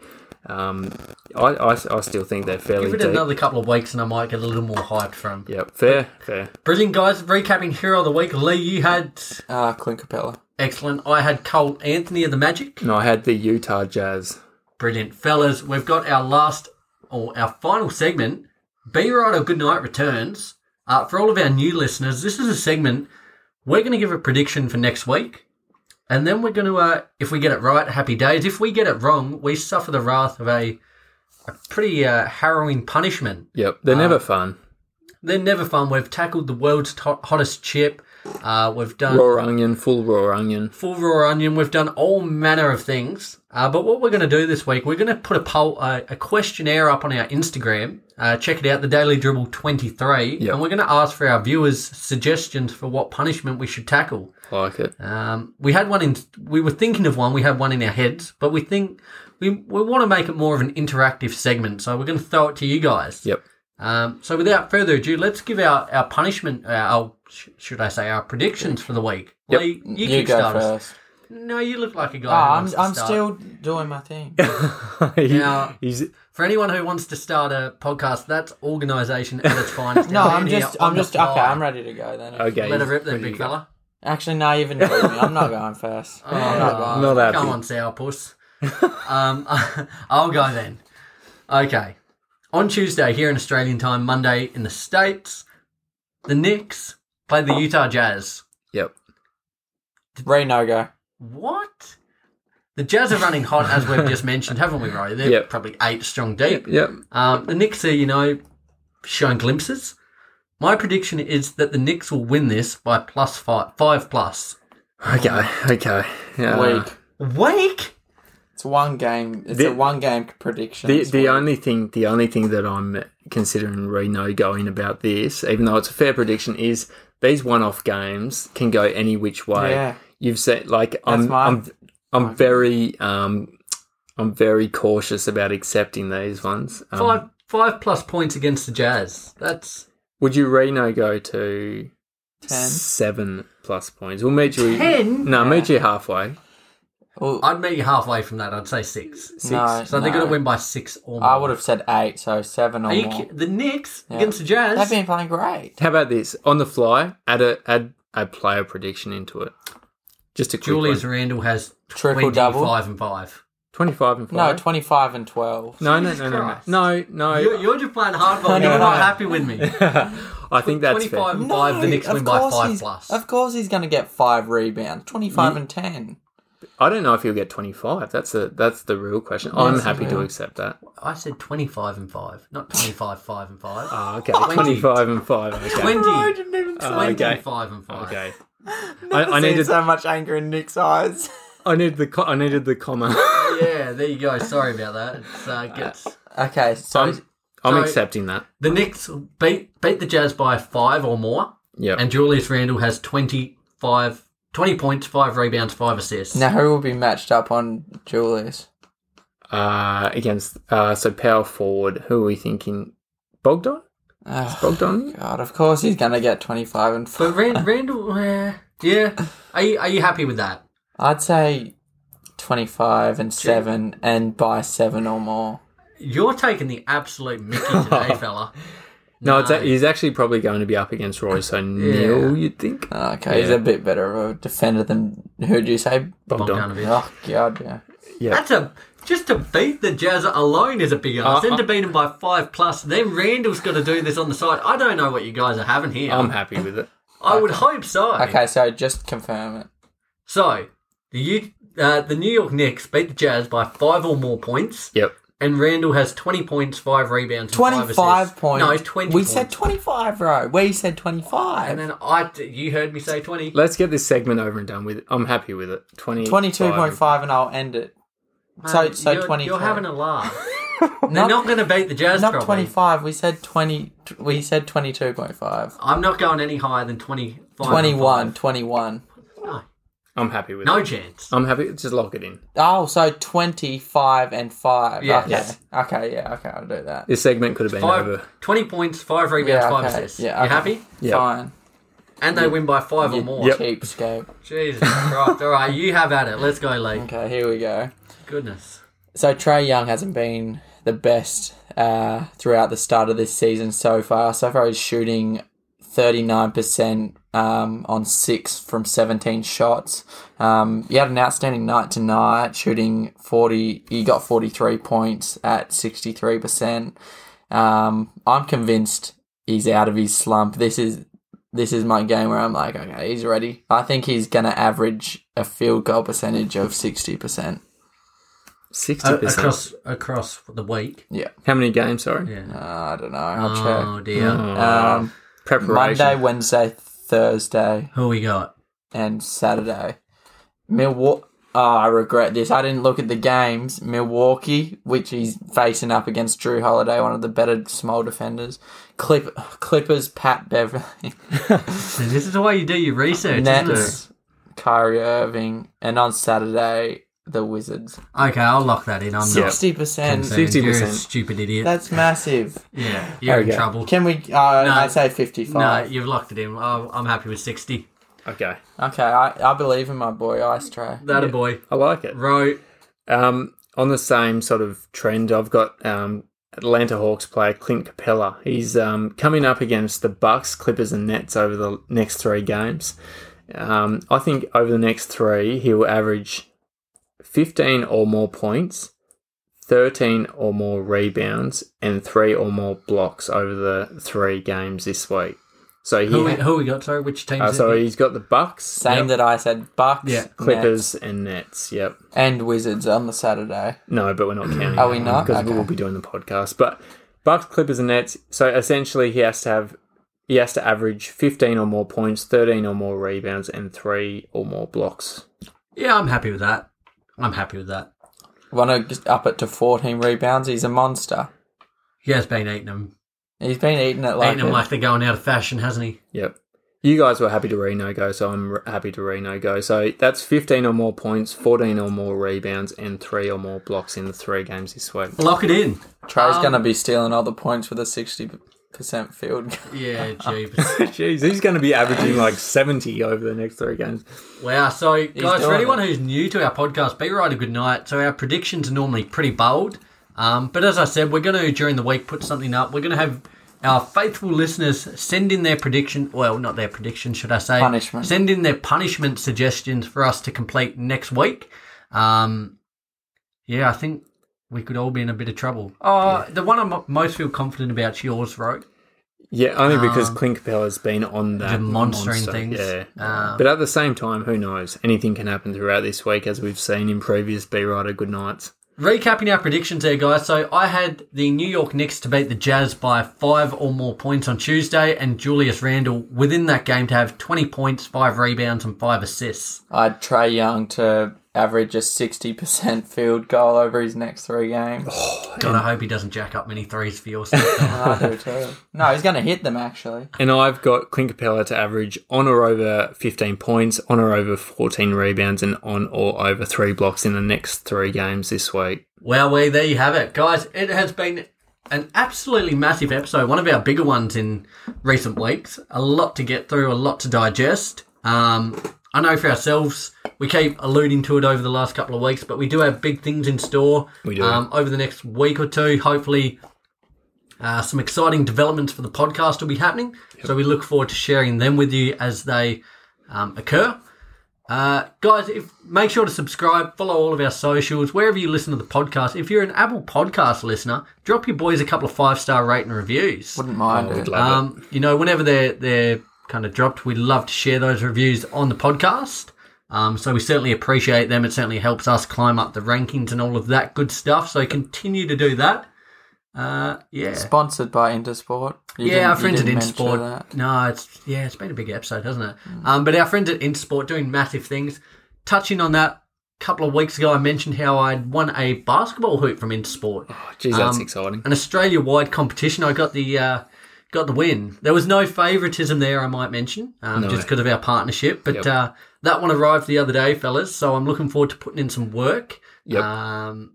[SPEAKER 4] um, I, I I still think they're fairly
[SPEAKER 2] Give it
[SPEAKER 4] deep.
[SPEAKER 2] another couple of weeks, and I might get a little more hyped from.
[SPEAKER 4] Yeah, fair, fair.
[SPEAKER 2] Brilliant, guys! Recapping hero of the week, Lee, you had
[SPEAKER 3] uh, Clint Capella.
[SPEAKER 2] excellent. I had Colt Anthony of the Magic.
[SPEAKER 4] And I had the Utah Jazz.
[SPEAKER 2] Brilliant, fellas. We've got our last or our final segment. Be right or good night returns. Uh, for all of our new listeners, this is a segment we're going to give a prediction for next week, and then we're going to, uh, if we get it right, happy days. If we get it wrong, we suffer the wrath of a, a pretty uh, harrowing punishment.
[SPEAKER 4] Yep, they're
[SPEAKER 2] Uh,
[SPEAKER 4] never fun.
[SPEAKER 2] They're never fun. We've tackled the world's to- hottest chip. Uh, we've done
[SPEAKER 4] Raw onion, full raw onion.
[SPEAKER 2] full raw onion. We've done all manner of things. Uh, but what we're going to do this week, we're going to put a poll, uh, a questionnaire up on our Instagram. Uh, check it out, the Daily Dribble twenty three,
[SPEAKER 4] Yep.
[SPEAKER 2] and we're going to ask for our viewers' suggestions for what punishment we should tackle.
[SPEAKER 4] Like it.
[SPEAKER 2] Um, we had one in. We were thinking of one. We had one in our heads, but we think we, we want to make it more of an interactive segment, so we're going to throw it to you guys.
[SPEAKER 4] Yep.
[SPEAKER 2] Um, so without further ado, let's give our, our punishment, uh, our, sh- should I say, our predictions for the week.
[SPEAKER 4] Yep.
[SPEAKER 2] Lee, you,
[SPEAKER 3] You go
[SPEAKER 2] kickstart us.
[SPEAKER 3] first.
[SPEAKER 2] No, you look like a guy.
[SPEAKER 3] Oh,
[SPEAKER 2] who
[SPEAKER 3] I'm,
[SPEAKER 2] wants to
[SPEAKER 3] I'm
[SPEAKER 2] start.
[SPEAKER 3] still doing my thing.
[SPEAKER 2] Now-
[SPEAKER 4] he's,
[SPEAKER 2] For anyone who wants to start a podcast, that's organisation at its finest.
[SPEAKER 3] No,
[SPEAKER 2] Down
[SPEAKER 3] I'm
[SPEAKER 2] here
[SPEAKER 3] just,
[SPEAKER 2] on
[SPEAKER 3] I'm
[SPEAKER 2] the
[SPEAKER 3] just, okay,
[SPEAKER 2] fly.
[SPEAKER 3] I'm ready to go then.
[SPEAKER 4] okay.
[SPEAKER 2] Let it
[SPEAKER 4] he's-
[SPEAKER 2] rip then,
[SPEAKER 4] what do
[SPEAKER 2] big
[SPEAKER 4] you got?
[SPEAKER 2] fella.
[SPEAKER 3] Actually, no, you've included me. I'm not going first.
[SPEAKER 2] Oh,
[SPEAKER 4] not happy.
[SPEAKER 2] come on, sourpuss. um, I'll go then. Okay. On Tuesday here in Australian time, Monday in the States, the Knicks played the Utah Jazz.
[SPEAKER 4] Yep.
[SPEAKER 3] Re no go.
[SPEAKER 2] What? The Jazz are running hot, as we've just mentioned, haven't we, Ray? They're
[SPEAKER 4] Yep.
[SPEAKER 2] probably eight strong deep.
[SPEAKER 4] Yep.
[SPEAKER 2] Um, the Knicks are, you know, showing glimpses. My prediction is that the Knicks will win this by plus five, five plus.
[SPEAKER 4] Okay. Okay. Uh,
[SPEAKER 3] Weak.
[SPEAKER 2] Wake?
[SPEAKER 3] It's one game. It's
[SPEAKER 4] the-
[SPEAKER 3] a one game prediction.
[SPEAKER 4] The
[SPEAKER 3] It's
[SPEAKER 4] the
[SPEAKER 3] weak.
[SPEAKER 4] only thing the only thing that I'm considering Reno going about this, even though it's a fair prediction, is these one off games can go any which way.
[SPEAKER 3] Yeah.
[SPEAKER 4] You've said like I'm
[SPEAKER 3] my-
[SPEAKER 4] I'm I'm very um I'm very cautious about accepting these ones. Um,
[SPEAKER 2] Five, five plus points against the Jazz. That's
[SPEAKER 4] Would you Reno go to
[SPEAKER 3] ten.
[SPEAKER 4] seven plus points? We'll meet you.
[SPEAKER 2] Ten?
[SPEAKER 4] No, meet you halfway.
[SPEAKER 3] Well,
[SPEAKER 2] I'd meet you halfway from that. I'd say six.
[SPEAKER 3] no,
[SPEAKER 2] So they're
[SPEAKER 3] no.
[SPEAKER 2] going to win by six or more.
[SPEAKER 3] I would have said eight, so seven or
[SPEAKER 2] Are you,
[SPEAKER 3] more.
[SPEAKER 2] ki- the Knicks against the Jazz.
[SPEAKER 3] They've been playing great.
[SPEAKER 4] How about this on the fly? Add a add a player prediction into it. Just a quick
[SPEAKER 2] Julius
[SPEAKER 4] one.
[SPEAKER 2] Randle has
[SPEAKER 3] Triple double?
[SPEAKER 2] five and five.
[SPEAKER 4] twenty five and
[SPEAKER 3] No,
[SPEAKER 4] five.
[SPEAKER 3] twenty-five and twelve.
[SPEAKER 4] No, no,
[SPEAKER 2] Jesus
[SPEAKER 4] no, no,
[SPEAKER 2] Christ.
[SPEAKER 4] no, no, no.
[SPEAKER 2] You're, you're just playing hardball. You're not happy with me.
[SPEAKER 4] I think that's fair.
[SPEAKER 2] Twenty-five and five. The Knicks
[SPEAKER 3] of
[SPEAKER 2] win by
[SPEAKER 3] course
[SPEAKER 2] five
[SPEAKER 3] he's-
[SPEAKER 2] plus.
[SPEAKER 3] Of course, he's going to get five rebounds, twenty-five and ten.
[SPEAKER 4] I don't know if he'll get 25. That's the that's the real question. I'm happy to accept that.
[SPEAKER 2] I said twenty-five and five, not twenty-five, five and five.
[SPEAKER 4] Oh, okay, 25 and 5. Okay.
[SPEAKER 2] Twenty.
[SPEAKER 3] even say
[SPEAKER 4] Uh, okay.
[SPEAKER 2] 25 and five.
[SPEAKER 4] okay. I, I needed
[SPEAKER 3] so much anger in Nick's eyes.
[SPEAKER 4] I needed the co- I needed the comma.
[SPEAKER 2] Yeah, there you go. Sorry about that. It's, uh, gets,
[SPEAKER 3] okay, so
[SPEAKER 2] Um,
[SPEAKER 4] I'm, I'm
[SPEAKER 2] So-
[SPEAKER 4] accepting that.
[SPEAKER 2] the Knicks beat beat the Jazz by five or more.
[SPEAKER 4] Yeah.
[SPEAKER 2] And Julius Randle has 25, 20 points, 5 rebounds, 5 assists.
[SPEAKER 3] now who will be matched up on Julius?
[SPEAKER 4] Uh against uh so power forward, who are we thinking? Bogdan?
[SPEAKER 3] Oh,
[SPEAKER 4] Bogdan?
[SPEAKER 3] God, of course he's going to get twenty-five and.
[SPEAKER 2] But
[SPEAKER 3] Five.
[SPEAKER 2] Rand- Randle, eh, yeah. Are you, are you happy with that?
[SPEAKER 3] I'd say twenty-five and seven, and by seven or more.
[SPEAKER 2] You're taking the absolute mickey today, fella.
[SPEAKER 4] No, it's a, he's actually probably going to be up against Roy, so nil, you'd think.
[SPEAKER 3] Okay, he's a bit better of a defender than who'd you say?
[SPEAKER 4] Bogdan.
[SPEAKER 2] Bogdanovich.
[SPEAKER 3] Oh God, yeah.
[SPEAKER 2] That's a. Just to beat the Jazz alone is a big ass.
[SPEAKER 4] Uh,
[SPEAKER 2] Then to beat him by five plus, then Randall's got to do this on the side. I don't know what you guys are having here.
[SPEAKER 4] I'm happy with it.
[SPEAKER 2] I would hope so.
[SPEAKER 3] Okay, so just confirm it.
[SPEAKER 2] So, the, U- uh, the New York Knicks beat the Jazz by five or more points.
[SPEAKER 4] Yep.
[SPEAKER 2] And Randall has 20 points, 5 rebounds, and 5 assists.
[SPEAKER 3] Twenty-five points.
[SPEAKER 2] No, it's 20
[SPEAKER 3] We
[SPEAKER 2] points.
[SPEAKER 3] said twenty-five, bro. We said
[SPEAKER 2] And
[SPEAKER 3] twenty-five.
[SPEAKER 2] then I, you heard me say 20.
[SPEAKER 4] Let's get this segment over and done with. I'm happy with it. 20,
[SPEAKER 3] Twenty-two point five, and I'll end it. so,
[SPEAKER 2] Man,
[SPEAKER 3] so
[SPEAKER 2] you're,
[SPEAKER 3] twenty.
[SPEAKER 2] You're having a laugh. They're not going to beat the Jazz
[SPEAKER 3] not
[SPEAKER 2] probably.
[SPEAKER 3] twenty-five. We said twenty. We said twenty-two point five.
[SPEAKER 2] I'm not going any higher than 25.
[SPEAKER 3] 21, 21.
[SPEAKER 2] No,
[SPEAKER 4] I'm happy with it.
[SPEAKER 2] no chance.
[SPEAKER 4] I'm happy. Just lock it in.
[SPEAKER 3] Oh, so 25 and 5.
[SPEAKER 2] Yeah,
[SPEAKER 3] okay.
[SPEAKER 2] yes.
[SPEAKER 3] okay, yeah, okay, I'll do that.
[SPEAKER 4] This segment could have been
[SPEAKER 2] Five,
[SPEAKER 4] over.
[SPEAKER 2] 20 points, 5 rebounds,
[SPEAKER 3] Yeah,
[SPEAKER 2] 5
[SPEAKER 3] okay.
[SPEAKER 2] assists.
[SPEAKER 3] Yeah,
[SPEAKER 2] You
[SPEAKER 3] okay.
[SPEAKER 2] happy?
[SPEAKER 4] Yeah.
[SPEAKER 3] Fine.
[SPEAKER 2] And they win by 5 or more.
[SPEAKER 4] Yep.
[SPEAKER 3] Cheapskate.
[SPEAKER 2] Jesus Christ. All right, you have at it. Let's go, Lee.
[SPEAKER 3] Okay, here we go.
[SPEAKER 2] Goodness.
[SPEAKER 3] So Trey Young hasn't been the best uh, throughout the start of this season so far. So far, he's shooting thirty nine percent um, on six from seventeen shots. Um, he had an outstanding night tonight, shooting forty. He got forty three points at sixty three percent. Um, I'm convinced he's out of his slump. This is this is my game where I'm like, okay, he's ready. I think he's gonna average a field goal percentage of sixty percent.
[SPEAKER 4] Sixty
[SPEAKER 2] Uh,
[SPEAKER 4] percent.
[SPEAKER 2] across, across the week.
[SPEAKER 3] Yeah.
[SPEAKER 4] How many games? Sorry.
[SPEAKER 2] Yeah.
[SPEAKER 3] I don't know. I'll
[SPEAKER 2] Oh, dear.
[SPEAKER 4] Hmm.
[SPEAKER 3] check. Um,
[SPEAKER 4] Preparation.
[SPEAKER 3] Monday, Wednesday, Thursday,
[SPEAKER 2] Who we got?
[SPEAKER 3] and Saturday. Milwaukee. Oh, I regret this. I didn't look at the games. Milwaukee, which he's facing up against Drew Holiday, one of the better small defenders. Clip- Clippers, Pat Beverly.
[SPEAKER 2] This is the way you do your research, isn't it?
[SPEAKER 3] Nets, Kyrie Irving. And on Saturday, the Wizards.
[SPEAKER 2] Okay, I'll lock that in. I'm
[SPEAKER 4] Yeah.
[SPEAKER 2] not.
[SPEAKER 3] Sixty percent.
[SPEAKER 2] concerned. You're a
[SPEAKER 4] 50%.
[SPEAKER 2] stupid idiot.
[SPEAKER 3] That's massive.
[SPEAKER 2] yeah, you're in
[SPEAKER 4] Okay.
[SPEAKER 2] trouble.
[SPEAKER 3] Can we? Uh,
[SPEAKER 2] No.
[SPEAKER 3] I say
[SPEAKER 2] No,
[SPEAKER 3] fifty-five.
[SPEAKER 2] you've locked it in. Oh, I'm happy with 60.
[SPEAKER 4] Okay,
[SPEAKER 3] Okay, I, I believe in my boy Ice Tray.
[SPEAKER 2] That a boy.
[SPEAKER 4] I like it.
[SPEAKER 2] Right.
[SPEAKER 4] Um, on the same sort of trend, I've got um, Atlanta Hawks player Clint Capella. He's um, coming up against the Bucks, Clippers, and Nets over the next three games. Um, I think over the next three, he will average 15 or more points, 13 or more rebounds, and three or more blocks over the three games this week. So he,
[SPEAKER 2] Who, we- who we got? Sorry, which team?
[SPEAKER 4] uh,
[SPEAKER 2] is it?
[SPEAKER 4] so he's got the Bucks,
[SPEAKER 3] Same that I said. Bucks,
[SPEAKER 2] Yeah.
[SPEAKER 3] Nets,
[SPEAKER 4] Clippers, and Nets. Yep.
[SPEAKER 3] and Wizards on the Saturday.
[SPEAKER 4] No, but we're not counting.
[SPEAKER 3] Are we not?
[SPEAKER 4] Because
[SPEAKER 3] Okay.
[SPEAKER 4] we'll be doing the podcast. But Bucks, Clippers, and Nets. So essentially, he has to have he has to average fifteen or more points, thirteen or more rebounds, and three or more blocks.
[SPEAKER 2] Yeah, I'm happy with that. I'm happy with that.
[SPEAKER 3] Want to just up it to fourteen rebounds? He's a monster.
[SPEAKER 2] He has been eating them.
[SPEAKER 3] He's been eating it like,
[SPEAKER 2] eating them
[SPEAKER 3] a-
[SPEAKER 2] like they're going out of fashion, hasn't he?
[SPEAKER 4] Yep. You guys were happy to Reno go, so I'm r- happy to Reno go. So that's fifteen or more points, fourteen or more rebounds, and three or more blocks in the three games this week.
[SPEAKER 2] Lock it in.
[SPEAKER 3] Trey's
[SPEAKER 2] Um,
[SPEAKER 3] going to be stealing all the points with a sixty percent field. goal.
[SPEAKER 2] Yeah, jeepers.
[SPEAKER 4] Jeez, he's going to be averaging like seventy over the next three games.
[SPEAKER 2] Wow. So, guys, for
[SPEAKER 3] doing
[SPEAKER 2] anyone
[SPEAKER 3] it.
[SPEAKER 2] who's new to our podcast, be right a good night. So, our predictions are normally pretty bold. Um, but as I said, we're going to, during the week, put something up. We're going to have our faithful listeners send in their prediction. Well, not their prediction, should I say.
[SPEAKER 3] Punishment.
[SPEAKER 2] Send in their punishment suggestions for us to complete next week. Um, yeah, I think we could all be in a bit of trouble. Oh, the one I am most feel confident about is yours, Rogue.
[SPEAKER 4] Yeah, only because Clint Capella's been on that
[SPEAKER 2] Um, The monstering things.
[SPEAKER 4] Yeah.
[SPEAKER 2] Um,
[SPEAKER 4] but at the same time, who knows? Anything can happen throughout this week, as we've seen in previous B Rider Good Nights.
[SPEAKER 2] Recapping our predictions there, guys. So I had the New York Knicks to beat the Jazz by five or more points on Tuesday, and Julius Randle within that game to have 20 points, five rebounds, and five assists.
[SPEAKER 3] I would Trey Young to average a sixty percent field goal over his next three games.
[SPEAKER 2] Oh. God, I hope he doesn't jack up many threes for your sake.
[SPEAKER 3] I do too. No, he's going to hit them actually.
[SPEAKER 4] And I've got Clint Capella to average on or over 15 points, on or over 14 rebounds, and on or over three blocks in the next three games this week.
[SPEAKER 2] well, we there you have it, guys. It has been an absolutely massive episode, one of our bigger ones in recent weeks. A lot to get through, a lot to digest. Um, I know for ourselves, we keep alluding to it over the last couple of weeks, but we do have big things in store.
[SPEAKER 4] We do.
[SPEAKER 2] Um, over the next week or two, hopefully, uh, some exciting developments for the podcast will be happening. So we look forward to sharing them with you as they um, occur. Uh, guys, if, make sure to subscribe, follow all of our socials, wherever you listen to the podcast. If you're an Apple Podcast listener, drop your boys a couple of five star rating reviews.
[SPEAKER 3] Wouldn't mind
[SPEAKER 4] We'd
[SPEAKER 3] it.
[SPEAKER 4] love it.
[SPEAKER 2] Um, you know, whenever they're they're kind of dropped, we love to share those reviews on the podcast. Um, so we certainly appreciate them. It certainly helps us climb up the rankings and all of that good stuff. So continue to do that. Uh, yeah,
[SPEAKER 3] Sponsored by Intersport. You didn't-
[SPEAKER 2] yeah, our
[SPEAKER 3] you
[SPEAKER 2] friends at
[SPEAKER 3] didn't mention
[SPEAKER 2] InSport.
[SPEAKER 3] that.
[SPEAKER 2] No, it's yeah, it's been a big episode, hasn't it? Um, but our friends at InSport doing massive things. Touching on that, a couple of weeks ago, I mentioned how I'd won a basketball hoop from InSport
[SPEAKER 4] Oh, geez, that's
[SPEAKER 2] Um,
[SPEAKER 4] exciting.
[SPEAKER 2] an Australia wide competition. I got the uh, got the win. There was no favouritism there, I might mention, um,
[SPEAKER 4] No.
[SPEAKER 2] just because of our partnership. But
[SPEAKER 4] Yep.
[SPEAKER 2] uh, that one arrived the other day, fellas. So I'm looking forward to putting in some work.
[SPEAKER 4] Yep.
[SPEAKER 2] Um,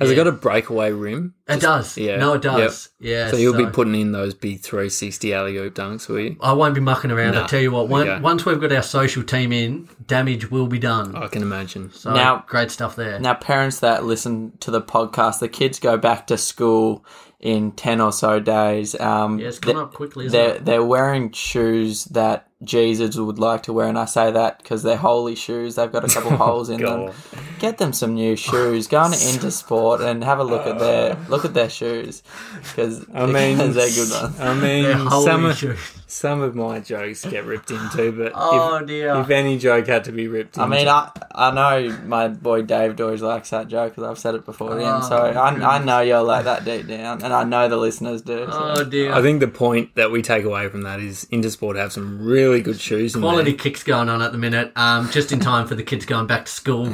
[SPEAKER 4] Has it
[SPEAKER 2] yeah.
[SPEAKER 4] got a breakaway rim?
[SPEAKER 2] it does.
[SPEAKER 4] yeah.
[SPEAKER 2] No, it does. Yeah.
[SPEAKER 4] so you'll be putting in those big 360 alley oop dunks, will you?
[SPEAKER 2] I won't be mucking around.
[SPEAKER 4] Nah.
[SPEAKER 2] I tell you what. One,
[SPEAKER 4] Okay.
[SPEAKER 2] Once we've got our social team in, damage will be done.
[SPEAKER 4] I can imagine.
[SPEAKER 2] So
[SPEAKER 3] Now-
[SPEAKER 2] great stuff there.
[SPEAKER 3] Now, parents that listen to the podcast, the kids go back to school in 10 or so days. Um,
[SPEAKER 2] yeah, it's coming
[SPEAKER 3] they-
[SPEAKER 2] up quickly, isn't
[SPEAKER 3] They're,
[SPEAKER 2] it?
[SPEAKER 3] they're wearing shoes that Jesus would like to wear, and I say that because they're holy shoes. They've got a couple holes in them.
[SPEAKER 4] God.
[SPEAKER 3] Get them some new shoes. Go on to Intersport and have a look at their look at their shoes because
[SPEAKER 4] I mean,
[SPEAKER 3] they're good ones.
[SPEAKER 4] I mean,
[SPEAKER 2] Holy
[SPEAKER 4] some of,
[SPEAKER 2] shit.
[SPEAKER 4] some of my jokes get ripped into, but
[SPEAKER 2] Oh,
[SPEAKER 4] if,
[SPEAKER 2] dear.
[SPEAKER 4] if any joke had to be ripped into,
[SPEAKER 3] I mean, I I know my boy Dave always likes that joke because I've said it before to him. So
[SPEAKER 2] Oh,
[SPEAKER 3] I, I know you're like that deep down, and I know the listeners do. So.
[SPEAKER 2] Oh dear.
[SPEAKER 4] I think the point that we take away from that is Intersport have some really good shoes. In
[SPEAKER 2] Quality
[SPEAKER 4] there.
[SPEAKER 2] kicks going on at the minute, um, just in time for the kids going back to school.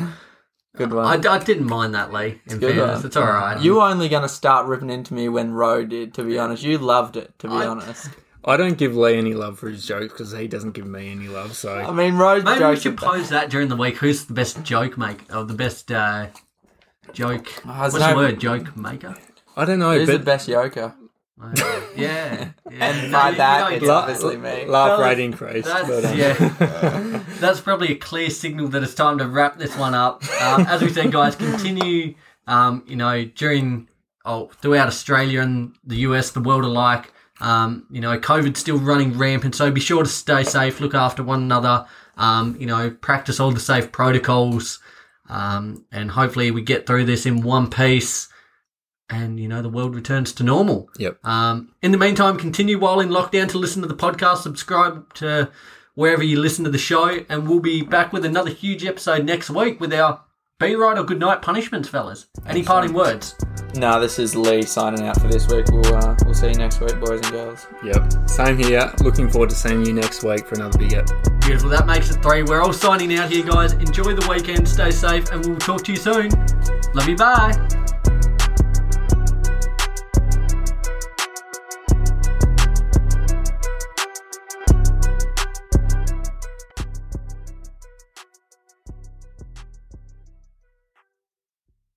[SPEAKER 3] Good
[SPEAKER 2] I,
[SPEAKER 3] one.
[SPEAKER 2] I didn't mind that, Lee. In
[SPEAKER 3] good,
[SPEAKER 2] fairness,
[SPEAKER 3] though.
[SPEAKER 2] it's all right.
[SPEAKER 3] you were only going to start ripping into me when Roe did, to be honest. You loved it, to be honest.
[SPEAKER 4] I don't give Lee any love for his jokes because he doesn't give me any love. So
[SPEAKER 3] I mean, Rhodes
[SPEAKER 2] Maybe we
[SPEAKER 3] jokes.
[SPEAKER 2] should pose that during the week. Who's the best joke maker? Or the best uh, joke?
[SPEAKER 3] there's
[SPEAKER 2] What's
[SPEAKER 3] no-
[SPEAKER 2] the word? Joke maker?
[SPEAKER 4] I don't know.
[SPEAKER 3] Who's the
[SPEAKER 4] But
[SPEAKER 3] best yoker?
[SPEAKER 2] Yeah. yeah.
[SPEAKER 3] And
[SPEAKER 2] No,
[SPEAKER 3] by
[SPEAKER 2] you- you
[SPEAKER 3] that,
[SPEAKER 2] don't
[SPEAKER 3] it's
[SPEAKER 2] get
[SPEAKER 3] la-
[SPEAKER 2] that.
[SPEAKER 3] obviously me.
[SPEAKER 4] laugh
[SPEAKER 2] That
[SPEAKER 4] rate
[SPEAKER 2] was-
[SPEAKER 4] increased.
[SPEAKER 2] That's
[SPEAKER 4] but, um,
[SPEAKER 2] yeah. That's probably a clear signal that it's time to wrap this one up. Um, as we said, guys, continue. Um, you know, during oh, throughout Australia and the US, the world alike. Um, you know, COVID's still running rampant, so be sure to stay safe, look after one another. Um, you know, practice all the safe protocols, um, and hopefully we get through this in one piece. And you know, the world returns to normal.
[SPEAKER 4] Yep.
[SPEAKER 3] Uh,
[SPEAKER 2] Um, in the meantime, continue while in lockdown to listen to the podcast, subscribe to wherever you listen to the show, and we'll be back with another huge episode next week with our be right or good night punishments, fellas. Any parting words?
[SPEAKER 3] No, this is Lee signing out for this week. We'll uh, we'll see you next week, boys and girls.
[SPEAKER 4] Yep. Same here. Looking forward to seeing you next week for another big ep.
[SPEAKER 2] Beautiful. That makes it three. We're all signing out here, guys. Enjoy the weekend, stay safe, and we'll talk to you soon. Love you. Bye.